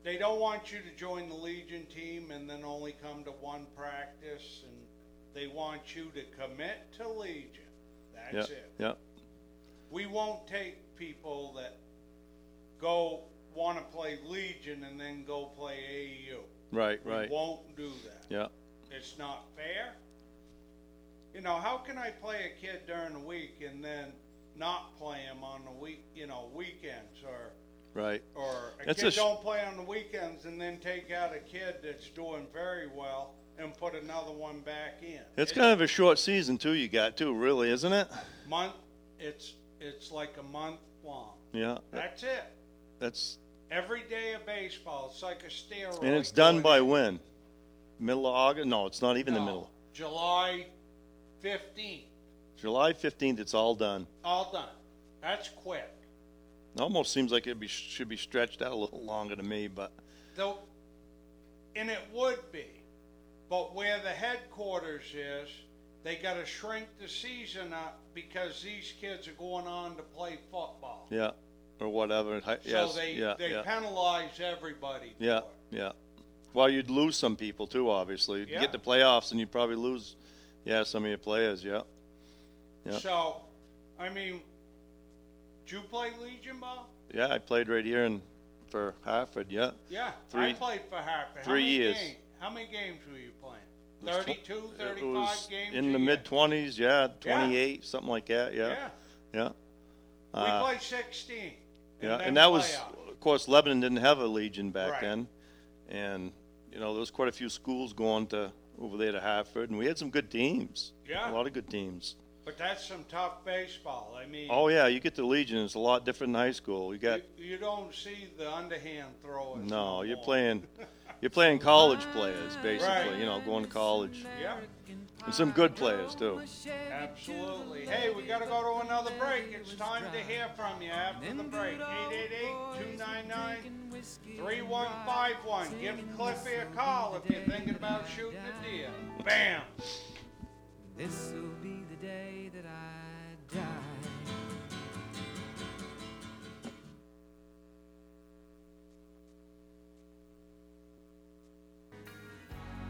S2: They don't want you to join the Legion team and then only come to one practice, and they want you to commit to Legion.
S3: yeah,
S2: That's it.
S3: yeah.
S2: We won't take people that go want to play Legion and then go play AU.
S3: Right, right.
S2: We won't do that.
S3: Yeah,
S2: It's not fair. You know, how can I play a kid during the week and then not play him on the week, you know, weekends or
S3: right.
S2: or a
S3: That's
S2: kid
S3: a sh-
S2: don't play on the weekends and then take out a kid that's doing very well and put another one back in.
S3: It's kind of a short season too. You got too, really, isn't it?
S2: month. It's it's like a month long.
S3: Yeah, that-
S2: That's it.
S3: that's
S2: Every day of baseball, it's like a steroid.
S3: and it's done
S2: going
S3: by
S2: in.
S3: when? Middle of August? No, it's not even the
S2: No,
S3: middle.
S2: July fifteenth.
S3: July fifteenth. It's all done.
S2: All done. That's quick.
S3: It almost seems like it be, should be stretched out a little longer to me, but
S2: Though, and it would be, but where the headquarters is, they got to shrink the season up because these kids are going on to play football.
S3: yeah, or whatever. Hi- yes,
S2: so they
S3: yeah,
S2: they
S3: yeah.
S2: penalize everybody. for
S3: Yeah,
S2: it.
S3: yeah. Well, you'd lose some people too, obviously. You
S2: Yeah.
S3: get the playoffs, and you probably lose, yeah, some of your players. Yeah, Yeah.
S2: So, I mean, did you play Legion ball?
S3: yeah. I played right here in for Hartford. Yeah,
S2: Yeah, I
S3: Three-
S2: played for Harper.
S3: three
S2: how many
S3: years.
S2: Games, how many games were you playing?
S3: It was tw-
S2: 32,
S3: it
S2: 35
S3: was
S2: games
S3: in
S2: a
S3: the
S2: year?
S3: mid twenties. Yeah, twenty-eight, something like that.
S2: Yeah,
S3: Yeah, yeah.
S2: we
S3: Uh,
S2: played 16.
S3: yeah,
S2: then
S3: and that was,
S2: playoffs.
S3: of course, Lebanon didn't have a legion back
S2: Right.
S3: then, and you know there was quite a few schools going to over there to Hartford, and we had some good teams.
S2: Yeah.
S3: a lot of good teams.
S2: But that's some tough baseball. I mean,
S3: Oh yeah, you get the legion; it's a lot different than high school. You got
S2: you, you don't see the underhand throwing.
S3: No, you're
S2: more.
S3: playing. You're playing college players, basically.
S2: Right.
S3: You know, going to college,
S2: Yeah,
S3: and some good players too.
S2: absolutely. Hey, we got to go to another break. It's time to hear from you after the break. 888-299-3151. Give Cliffy a call if you're thinking about shooting a deer. Bam.
S8: This'll be the day that I die.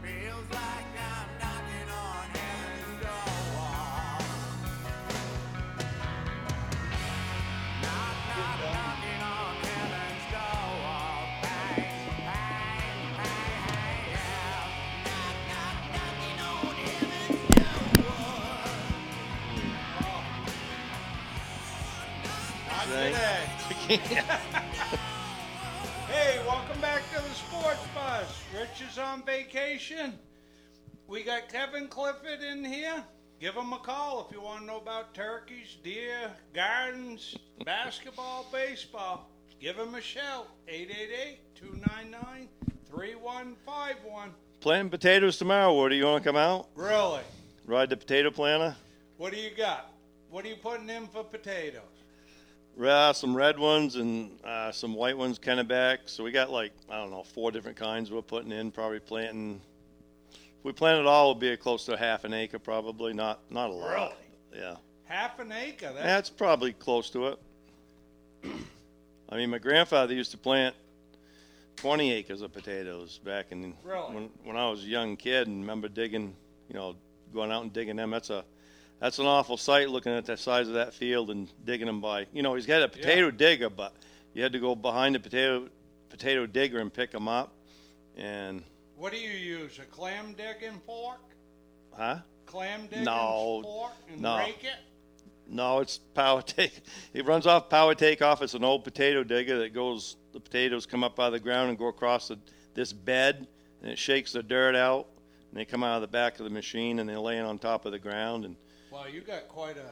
S1: Feels like I'm knocking on heaven's door. Knock, knock, knocking on heaven's door. Bang, bang, bang, bang, yeah. Knock, knock, knocking on heaven's door.
S2: Not
S3: Right.
S2: today. [laughs] Hey, welcome back to the Sports Bus. Rich is on vacation. We got Kevin Clifford in here. Give him a call if you want to know about turkeys, deer, gardens, basketball, baseball. Give him a shout. 888-299-3151.
S3: Planting potatoes tomorrow. Woody, you want to come out?
S2: Really?
S3: Ride the potato planter.
S2: What do you got? What are you putting in for potatoes?
S3: uh, some red ones and uh, some white ones kind of back. So we got like I don't know four different kinds we're putting in. Probably planting. If we plant it all, it'll be close to half an acre. Probably not not a lot. Yeah,
S2: Half an acre. That's,
S3: that's probably close to it. I mean, my grandfather used to plant 20 acres of potatoes back in
S2: Really?
S3: when when I was a young kid, and remember digging, you know, going out and digging them. That's a that's an awful sight looking at the size of that field and digging them by. You know, he's got a potato digger, but you had to go behind the potato potato digger and pick them up. And
S2: what do you use? A clam digging fork?
S3: huh?
S2: Clam digging
S3: No,
S2: fork and
S3: no.
S2: rake it?
S3: No, it's power [laughs] take. It runs off power takeoff. It's an old potato digger that goes. The potatoes come up out of the ground and go across the, this bed, and it shakes the dirt out. And they come out of the back of the machine, and they're laying on top of the ground. And
S2: Wow, you got quite a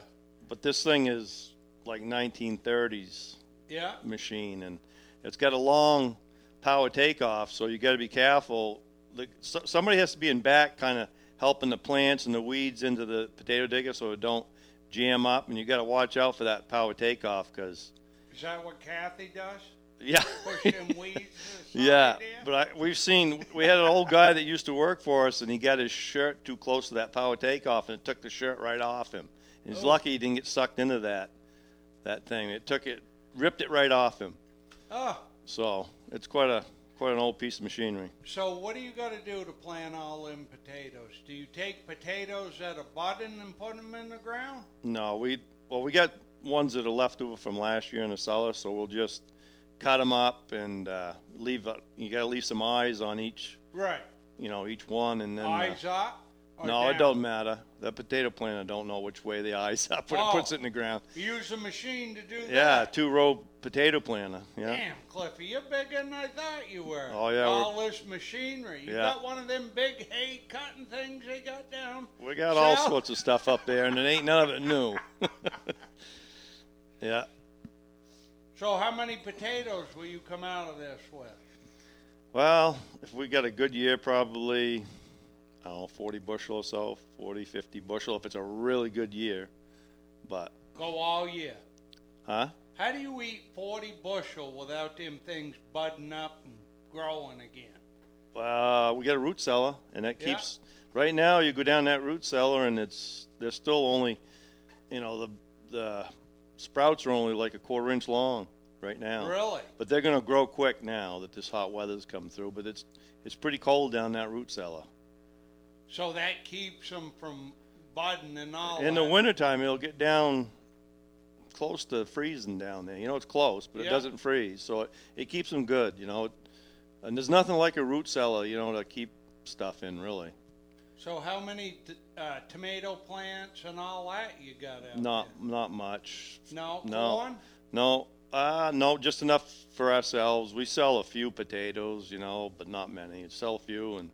S3: but this thing is like 1930s
S2: yeah.
S3: machine, and it's got a long power takeoff. So you got to be careful. The, so, somebody has to be in back, kind of helping the plants and the weeds into the potato digger, so it don't jam up. And you got to watch out for that power takeoff, because
S2: Is that what Kathy does?
S3: yeah,
S2: Push
S3: [laughs]
S2: them weeds. aside
S3: yeah.
S2: there?
S3: But I, we've seen we had an old guy that used to work for us, and he got his shirt too close to that power takeoff, and it took the shirt right off him. And
S2: Oh.
S3: he's lucky he didn't get sucked into that that thing. It took it, ripped it right off him.
S2: oh,
S3: So it's quite a quite an old piece of machinery.
S2: so what do you got to do to plant all them potatoes? Do you take potatoes that are budding and put them in the ground?
S3: No, we well we got ones that are left over from last year in the cellar, so we'll just cut them up and uh, leave. A, you got to leave some eyes on each,
S2: Right.
S3: you know, each one, and then. uh,
S2: Eyes up. or
S3: no, it
S2: down?
S3: don't matter. That potato planter don't know which way the eyes [laughs] up when
S2: Oh.
S3: it puts it in the ground.
S2: You use a machine to do
S3: Yeah,
S2: that.
S3: two row potato planter. Yeah.
S2: Damn, Cliffy, you're bigger than I thought you were.
S3: Oh, yeah, we're-
S2: All this machinery. You
S3: Yeah.
S2: got one of them big hay cutting things they got down.
S3: We got all
S2: Sal?
S3: sorts of stuff up there, and it ain't none of it new. [laughs] yeah.
S2: So how many potatoes will you come out of this with?
S3: Well, if we got a good year, probably, I don't know, 40 bushel or so, 40, 50 bushel, if it's a really good year. But,
S2: Go all year.
S3: huh?
S2: How do you eat 40 bushel without them things budding up and growing again?
S3: Uh, we got a root cellar, and that
S2: Yeah.
S3: keeps, right now, you go down that root cellar, and it's, they're still only, you know, the, the sprouts are only like a quarter inch long right now.
S2: Really?
S3: But they're going to grow quick now that this hot weather's come through. But it's, it's pretty cold down that root cellar.
S2: So that keeps them from budding and all
S3: In the
S2: that.
S3: wintertime, it'll get down close to freezing down there. You know, it's close, but
S2: Yeah.
S3: it doesn't freeze, so it, it keeps them good. You know, and there's nothing like a root cellar, you know, to keep stuff in really.
S2: So how many t- uh, tomato plants and all that you got out
S3: Not
S2: there?
S3: not much.
S2: No,
S3: no,
S2: corn?
S3: no, uh, no, just enough for ourselves. We sell a few potatoes, you know, but not many. We sell a few, and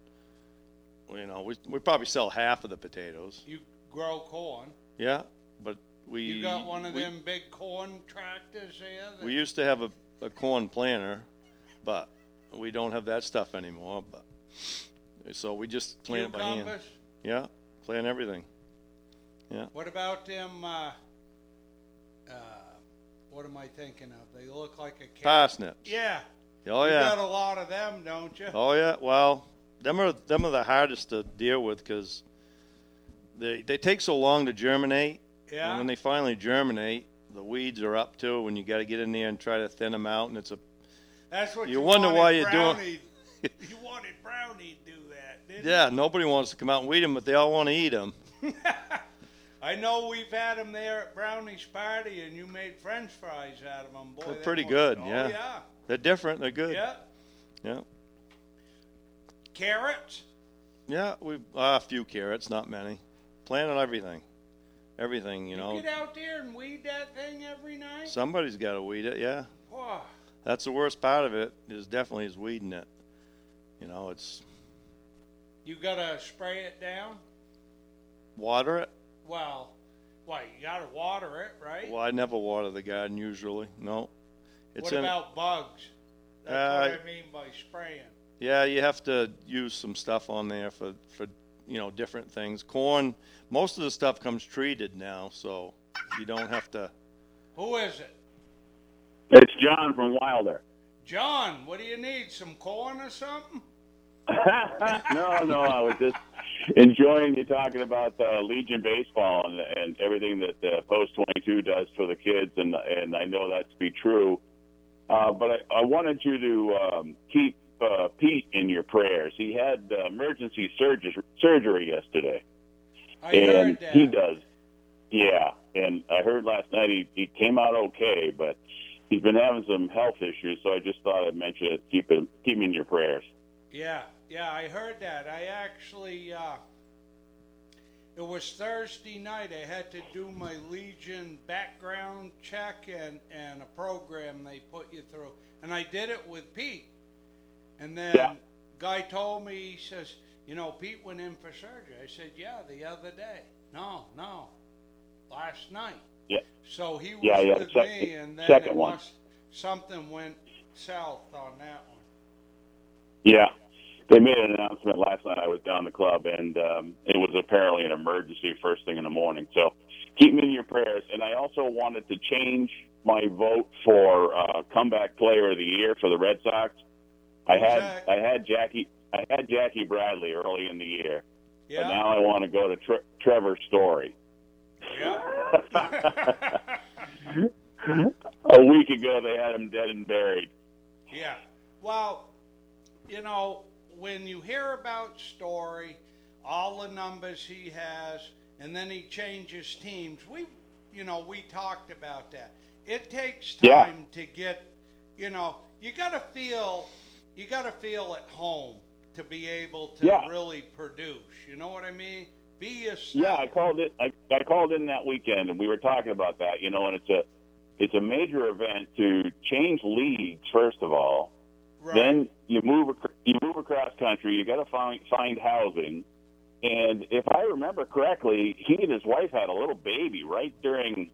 S3: you know, we we probably sell half of the potatoes.
S2: You grow corn.
S3: Yeah, but we
S2: You got one of
S3: we-
S2: them big corn tractors there? that-
S3: We used to have a, a corn planter, but we don't have that stuff anymore. But so we just plant it by hand.
S2: Cucumbers?
S3: Yeah, plant everything.
S2: What about them, uh, uh, what am I thinking of? They look like a cat.
S3: Parsnips.
S2: Yeah.
S3: Oh
S2: You got
S3: yeah.
S2: a lot of them, don't you?
S3: Oh yeah. Well, them are them are the hardest to deal with because they they take so long to germinate.
S2: Yeah.
S3: And when they finally germinate, the weeds are up too. When you got to get in there and try to thin them out, and it's a
S2: That's what you,
S3: You wonder
S2: wanted
S3: why you're doing-
S2: Brownie. you wanted Brownie to do that, didn't you?
S3: yeah. Nobody wants to come out and weed them, but they all want to eat them.
S2: I know we've had them there at Brownie's party, and you made French fries out of them. Boy,
S3: They're
S2: they
S3: pretty
S2: were-
S3: good,
S2: oh,
S3: yeah.
S2: yeah.
S3: They're different. They're good.
S2: Yeah.
S3: Yeah.
S2: Carrots.
S3: Yeah, we uh, a few carrots, not many. Planted everything, everything. You know,
S2: Get out there and weed that thing every night.
S3: somebody's got to weed it. Yeah,
S2: Whoa.
S3: that's the worst part of it. Is definitely is weeding it. You know, it's
S2: You gotta spray it down.
S3: water it.
S2: Well, why you gotta water it, right?
S3: Well, I never water the garden usually. No, it's
S2: what
S3: in.
S2: about bugs? That's
S3: Uh,
S2: what I mean by spraying.
S3: Yeah, you have to use some stuff on there for for you know different things. Corn, most of the stuff comes treated now, so you don't have to.
S2: Who is it?
S9: It's John from Wilder. [laughs]
S2: John, what do you need? Some corn or something?
S9: no, no, I was just enjoying you talking about uh, Legion baseball and, and everything that uh, Post 22 does for the kids, and and I know that to be true. Uh, but I, I wanted you to um, keep uh, Pete in your prayers. He had uh, emergency surgery surgery yesterday,
S2: I
S9: and
S2: heard that.
S9: he does. Yeah, and I heard last night he, he came out okay, but he's been having some health issues. So I just thought I'd mention it. Keep him keep him in your prayers.
S2: Yeah, yeah, I heard that. I actually, uh, it was Thursday night. I had to do my Legion background check and, and a program they put you through. And I did it with Pete. And then
S9: Yeah.
S2: guy told me, he says, you know, Pete went in for surgery. I said, yeah, the other day. No, no, last night.
S9: Yeah.
S2: So he was
S9: Yeah, yeah,
S2: with
S9: second-
S2: me, and then
S9: second
S2: it
S9: one.
S2: must- something went south on that one.
S9: Yeah. They made an announcement last night. I was down the club, and um, it was apparently an emergency first thing in the morning. So keep me in your prayers. And I also wanted to change my vote for uh, comeback player of the year for the Red Sox. I had
S2: Jack.
S9: I had Jackie I had Jackie Bradley early in the year,
S2: Yeah.
S9: but now I want to go to tre- Trevor Story.
S2: Yeah.
S9: A week ago, they had him dead and buried.
S2: yeah. Well, you know, when you hear about Story, all the numbers he has, and then he changes teams, we, you know, we talked about that. It takes time
S9: Yeah.
S2: to get, you know, you got to feel, you got to feel at home to be able to
S9: Yeah.
S2: really produce. You know what I mean? Be yourself.
S9: Yeah, I called it. I, I called in that weekend, and we were talking about that. You know, and it's a it's a major event to change leagues first of all.
S2: right.
S9: Then you move ac- you move across country. You got to find find housing. And if I remember correctly, he and his wife had a little baby right during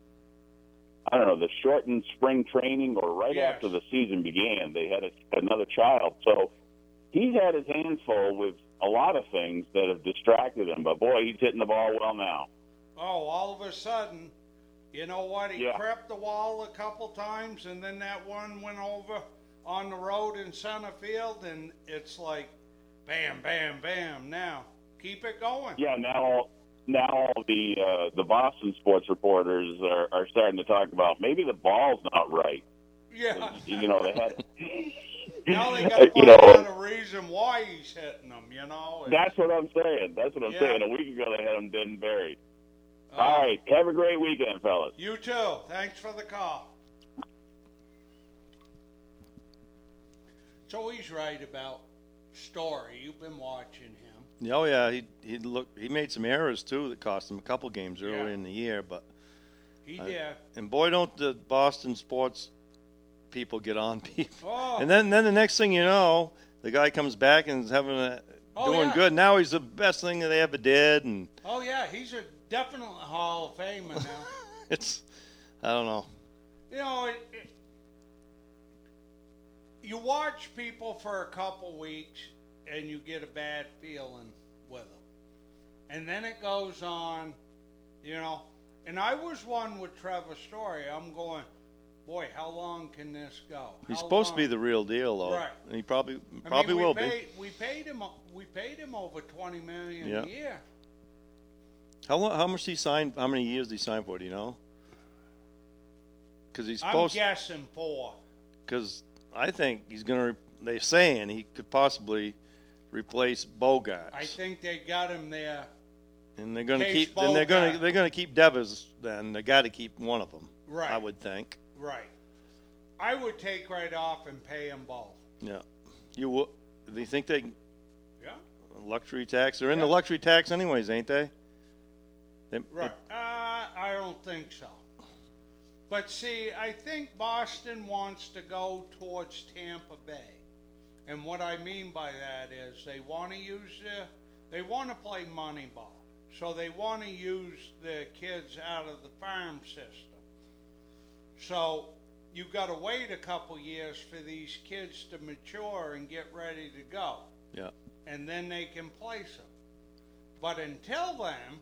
S9: I don't know the shortened spring training or right
S2: Yes.
S9: after the season began. They had a, another child, so he's had his hands full with a lot of things that have distracted him. But boy, he's hitting the ball well now.
S2: Oh, all of a sudden, you know what? He
S9: Yeah.
S2: crept the wall a couple times, and then that one went over on the road in center field, and it's like, bam, bam, bam. Now keep it going.
S9: Yeah, now all now all the uh, the Boston sports reporters are, are starting to talk about maybe the ball's not right.
S2: Yeah.
S9: [laughs] You know, they had
S2: [laughs] Now they got to
S9: [laughs] you
S2: find out
S9: know
S2: a reason why he's hitting them. You know. and-
S9: that's what I'm saying. That's what I'm
S2: Yeah.
S9: saying. A week ago they had them dead and buried.
S2: Uh,
S9: all right, have a great weekend, fellas.
S2: You too. Thanks for the call. So he's right about story. You've been watching him.
S3: Oh yeah, he he look he made some errors too that cost him a couple games earlier
S2: Yeah.
S3: in the year, but
S2: He
S3: I-
S2: did.
S3: and boy don't the Boston sports people get on [laughs] people.
S2: Oh.
S3: And then then the next thing you know, the guy comes back and is having a
S2: Oh,
S3: doing
S2: yeah.
S3: good. Now he's the best thing that they ever did, and
S2: Oh yeah, he's a definite Hall of Famer now.
S3: [laughs] it's I don't know.
S2: you know, it, it, you watch people for a couple weeks and you get a bad feeling with them, and then it goes on, you know. And I was one with Trevor Story. I'm going, boy, how long can this go?
S3: He's
S2: How
S3: supposed to be
S2: long?"
S3: the real deal though,
S2: Right.
S3: and he probably
S2: I
S3: probably
S2: mean, we
S3: will
S2: paid, We paid him. o- We paid him over twenty million
S3: Yeah.
S2: a year.
S3: be. How long? How much he signed? How many years did he sign for? Do you know? Because he's
S2: I'm
S3: supposed.
S2: guessing four.
S3: because I think he's going to. They're saying he could possibly replace Bogarts,
S2: I think they got him there.
S3: and they're going to
S2: Case
S3: keep. Then they're going to
S2: Bogaerts.
S3: they're going to keep Devers. Then they got to keep one of them.
S2: Right.
S3: I would think.
S2: Right. I would take right off and pay them both.
S3: Yeah, you would. They think they
S2: Yeah.
S3: luxury tax. They're in the
S2: Yeah.
S3: luxury tax anyways, ain't they? They-
S2: Right. Uh, I don't think so. But see, I think Boston wants to go towards Tampa Bay. And what I mean by that is they want to use the, they want to play Moneyball. So they want to use the kids out of the farm system. So you've got to wait a couple years for these kids to mature and get ready to go.
S3: Yeah.
S2: and then they can place them. But until then,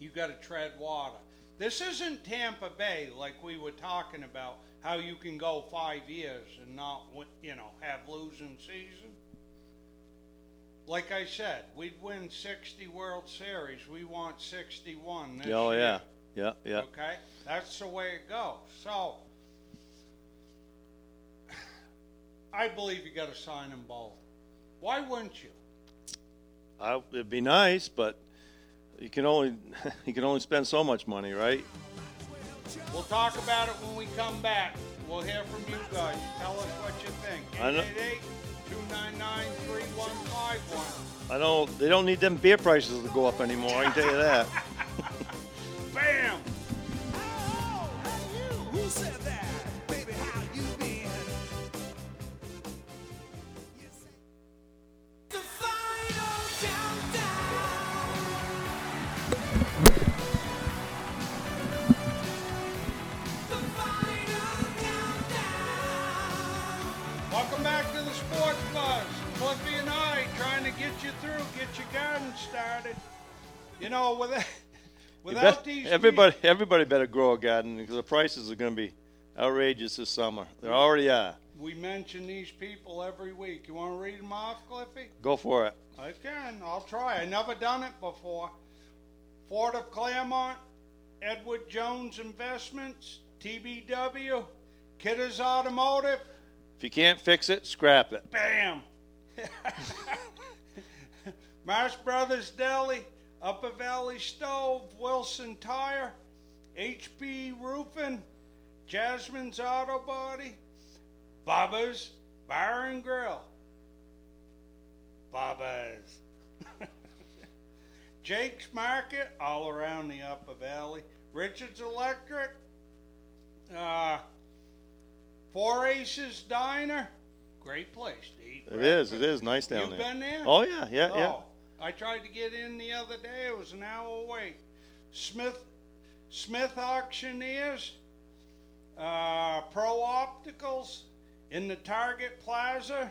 S2: you got to tread water. This isn't Tampa Bay like we were talking about, how you can go five years and not, win, you know, have losing season. Like I said, we'd win 60 World Series. We want 61 this
S3: Oh
S2: year.
S3: yeah, yeah, yeah.
S2: Okay, that's the way it goes. So, I believe you got to sign them both. Why wouldn't you?
S3: I, it'd be nice, but you can only [laughs] you can only spend so much money, right?
S2: We'll talk about it when we come back. We'll hear from you guys. Tell us what you think.
S3: I know-
S2: 888 299 3151.
S3: I don't. They don't need them beer prices to go up anymore. I can tell you that.
S2: Bam!
S8: Who said that? Baby, how you been?
S2: Welcome back to the Sports Buzz. Cliffy and I trying to get you through, get your garden started. You know, with
S3: You
S2: without
S3: bet-
S2: these
S3: everybody, everybody better grow a garden because the prices are going to be outrageous this summer. They already are.
S2: We mention these people every week. You want to read them off, Cliffy?
S3: Go for it.
S2: I can. I'll try. I never done it before. Ford of Claremont, Edward Jones Investments, TBW, Kidder's Automotive.
S3: If you can't fix it, scrap it.
S2: Bam! [laughs] Marsh Brothers Deli, Upper Valley Stove, Wilson Tire, HB Roofing, Jasmine's Auto Body, Bubba's Bar and Grill, Bubba's, [laughs] Jake's Market, all around the Upper Valley, Richard's Electric, uh, Four Aces Diner, great place to eat.
S3: It is. It is nice down
S2: You've
S3: there.
S2: been there?
S3: Oh yeah, yeah, yeah.
S2: Oh, I tried to get in the other day. It was an hour wait. Smith, Smith Auctioneers, uh, Pro Opticals, in the Target Plaza,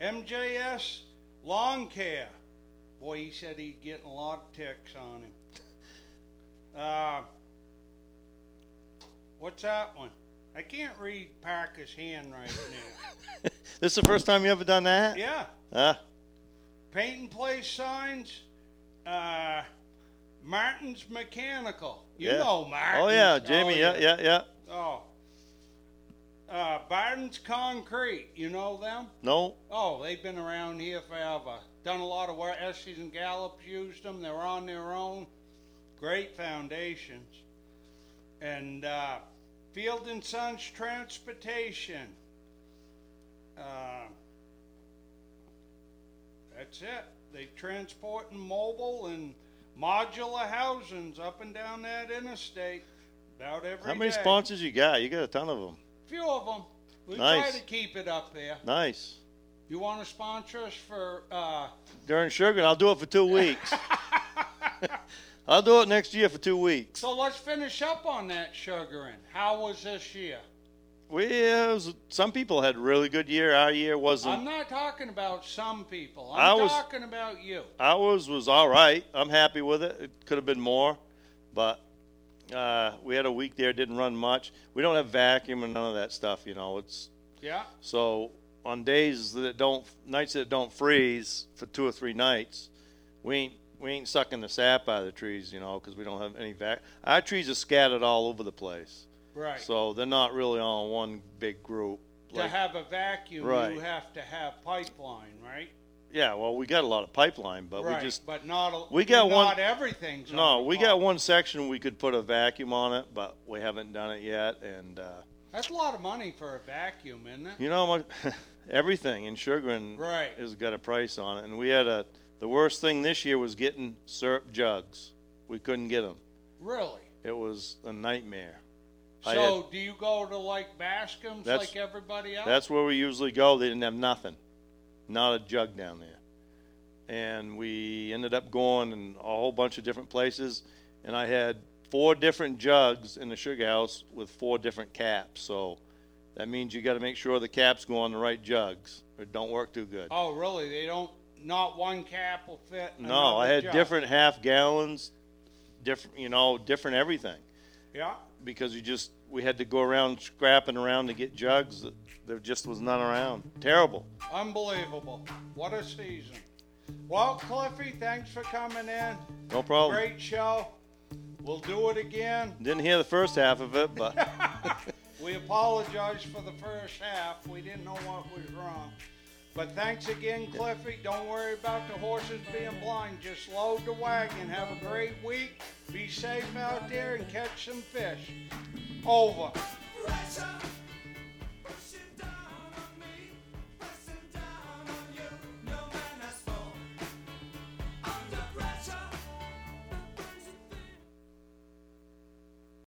S2: MJS Lawn Care. Boy, he said he'd getting a lot of ticks on him. Uh, what's that one? I can't read Parker's hand right now.
S3: This is the first time you ever done that?
S2: yeah.
S3: Huh?
S2: Paint and Place Signs, uh, Martin's Mechanical. You
S3: yeah.
S2: know Martin's.
S3: Oh yeah, Jamie. yeah, yeah, yeah.
S2: Oh. Uh, Barton's Concrete. You know them?
S3: No,
S2: Oh, they've been around here forever. Done a lot of work. Estes and Gallup's used them. They're on their own. Great foundations. And uh, Field and Sons Transportation. Uh, that's it. They transport and mobile and modular housings up and down that interstate about every
S3: How many
S2: day.
S3: sponsors you got? You got a ton of them.
S2: Few of them. We
S3: Nice.
S2: try to keep it up there.
S3: Nice.
S2: You want to sponsor us for? Uh,
S3: During sugar, I'll do it for two weeks. I'll do it next year for two weeks.
S2: so let's finish up on that sugaring. How was this year?
S3: We it was- some people had really good year. Our year
S2: I'm
S3: wasn't.
S2: not talking about some people.
S3: I
S2: I'm
S3: was-
S2: talking about you.
S3: Ours was all right. I'm happy with it. It could have been more, but uh, we had a week there. Didn't run much. We don't have vacuum and none of that stuff. You know, it's
S2: Yeah.
S3: So on days that don't, nights that don't freeze for two or three nights, we ain't we ain't sucking the sap out of the trees, you know, because we don't have any vac. Our trees are scattered all over the place,
S2: Right.
S3: so they're not really on one big group.
S2: to
S3: Like,
S2: have a vacuum,
S3: Right.
S2: you have to have pipeline, right?
S3: yeah, well, we got a lot of pipeline, but
S2: right.
S3: we just
S2: but not. A,
S3: we got one-
S2: Not everything's.
S3: no,
S2: on
S3: we
S2: the
S3: got
S2: farm.
S3: one section we could put a vacuum on it, but we haven't done it yet, and uh,
S2: That's a lot of money for a vacuum, isn't it?
S3: You know what? Everything in Sugaring
S2: Right.
S3: has got a price on it, and we had a. The worst thing this year was getting syrup jugs. We couldn't get them.
S2: Really.
S3: It was a nightmare. I
S2: So do you go to like Bascom's
S3: That's-
S2: like everybody else?
S3: had- that's where we usually go. They didn't have nothing, not a jug down there, and we ended up going in a whole bunch of different places. And I had four different jugs in the sugar house with four different caps. So that means you got to make sure the caps go on the right jugs, or it don't work too good.
S2: Oh, really? They don't. Not one cap will fit.
S3: No, I
S2: another
S3: had
S2: jug.
S3: different half gallons,
S10: different, you know, different everything.
S2: Yeah.
S10: Because you just we had to go around scrapping around to get jugs. that There just was none around. Terrible.
S2: Unbelievable. What a season. Well, Cliffy, thanks for coming in.
S10: No problem.
S2: Great show. We'll do it again.
S10: Didn't hear the first half of it, but
S2: We apologize for the first half. We didn't know what was wrong. But thanks again, Cliffy. Don't worry about the horses being blind. Just load the wagon. Have a great week. Be safe out there and catch some fish. Over.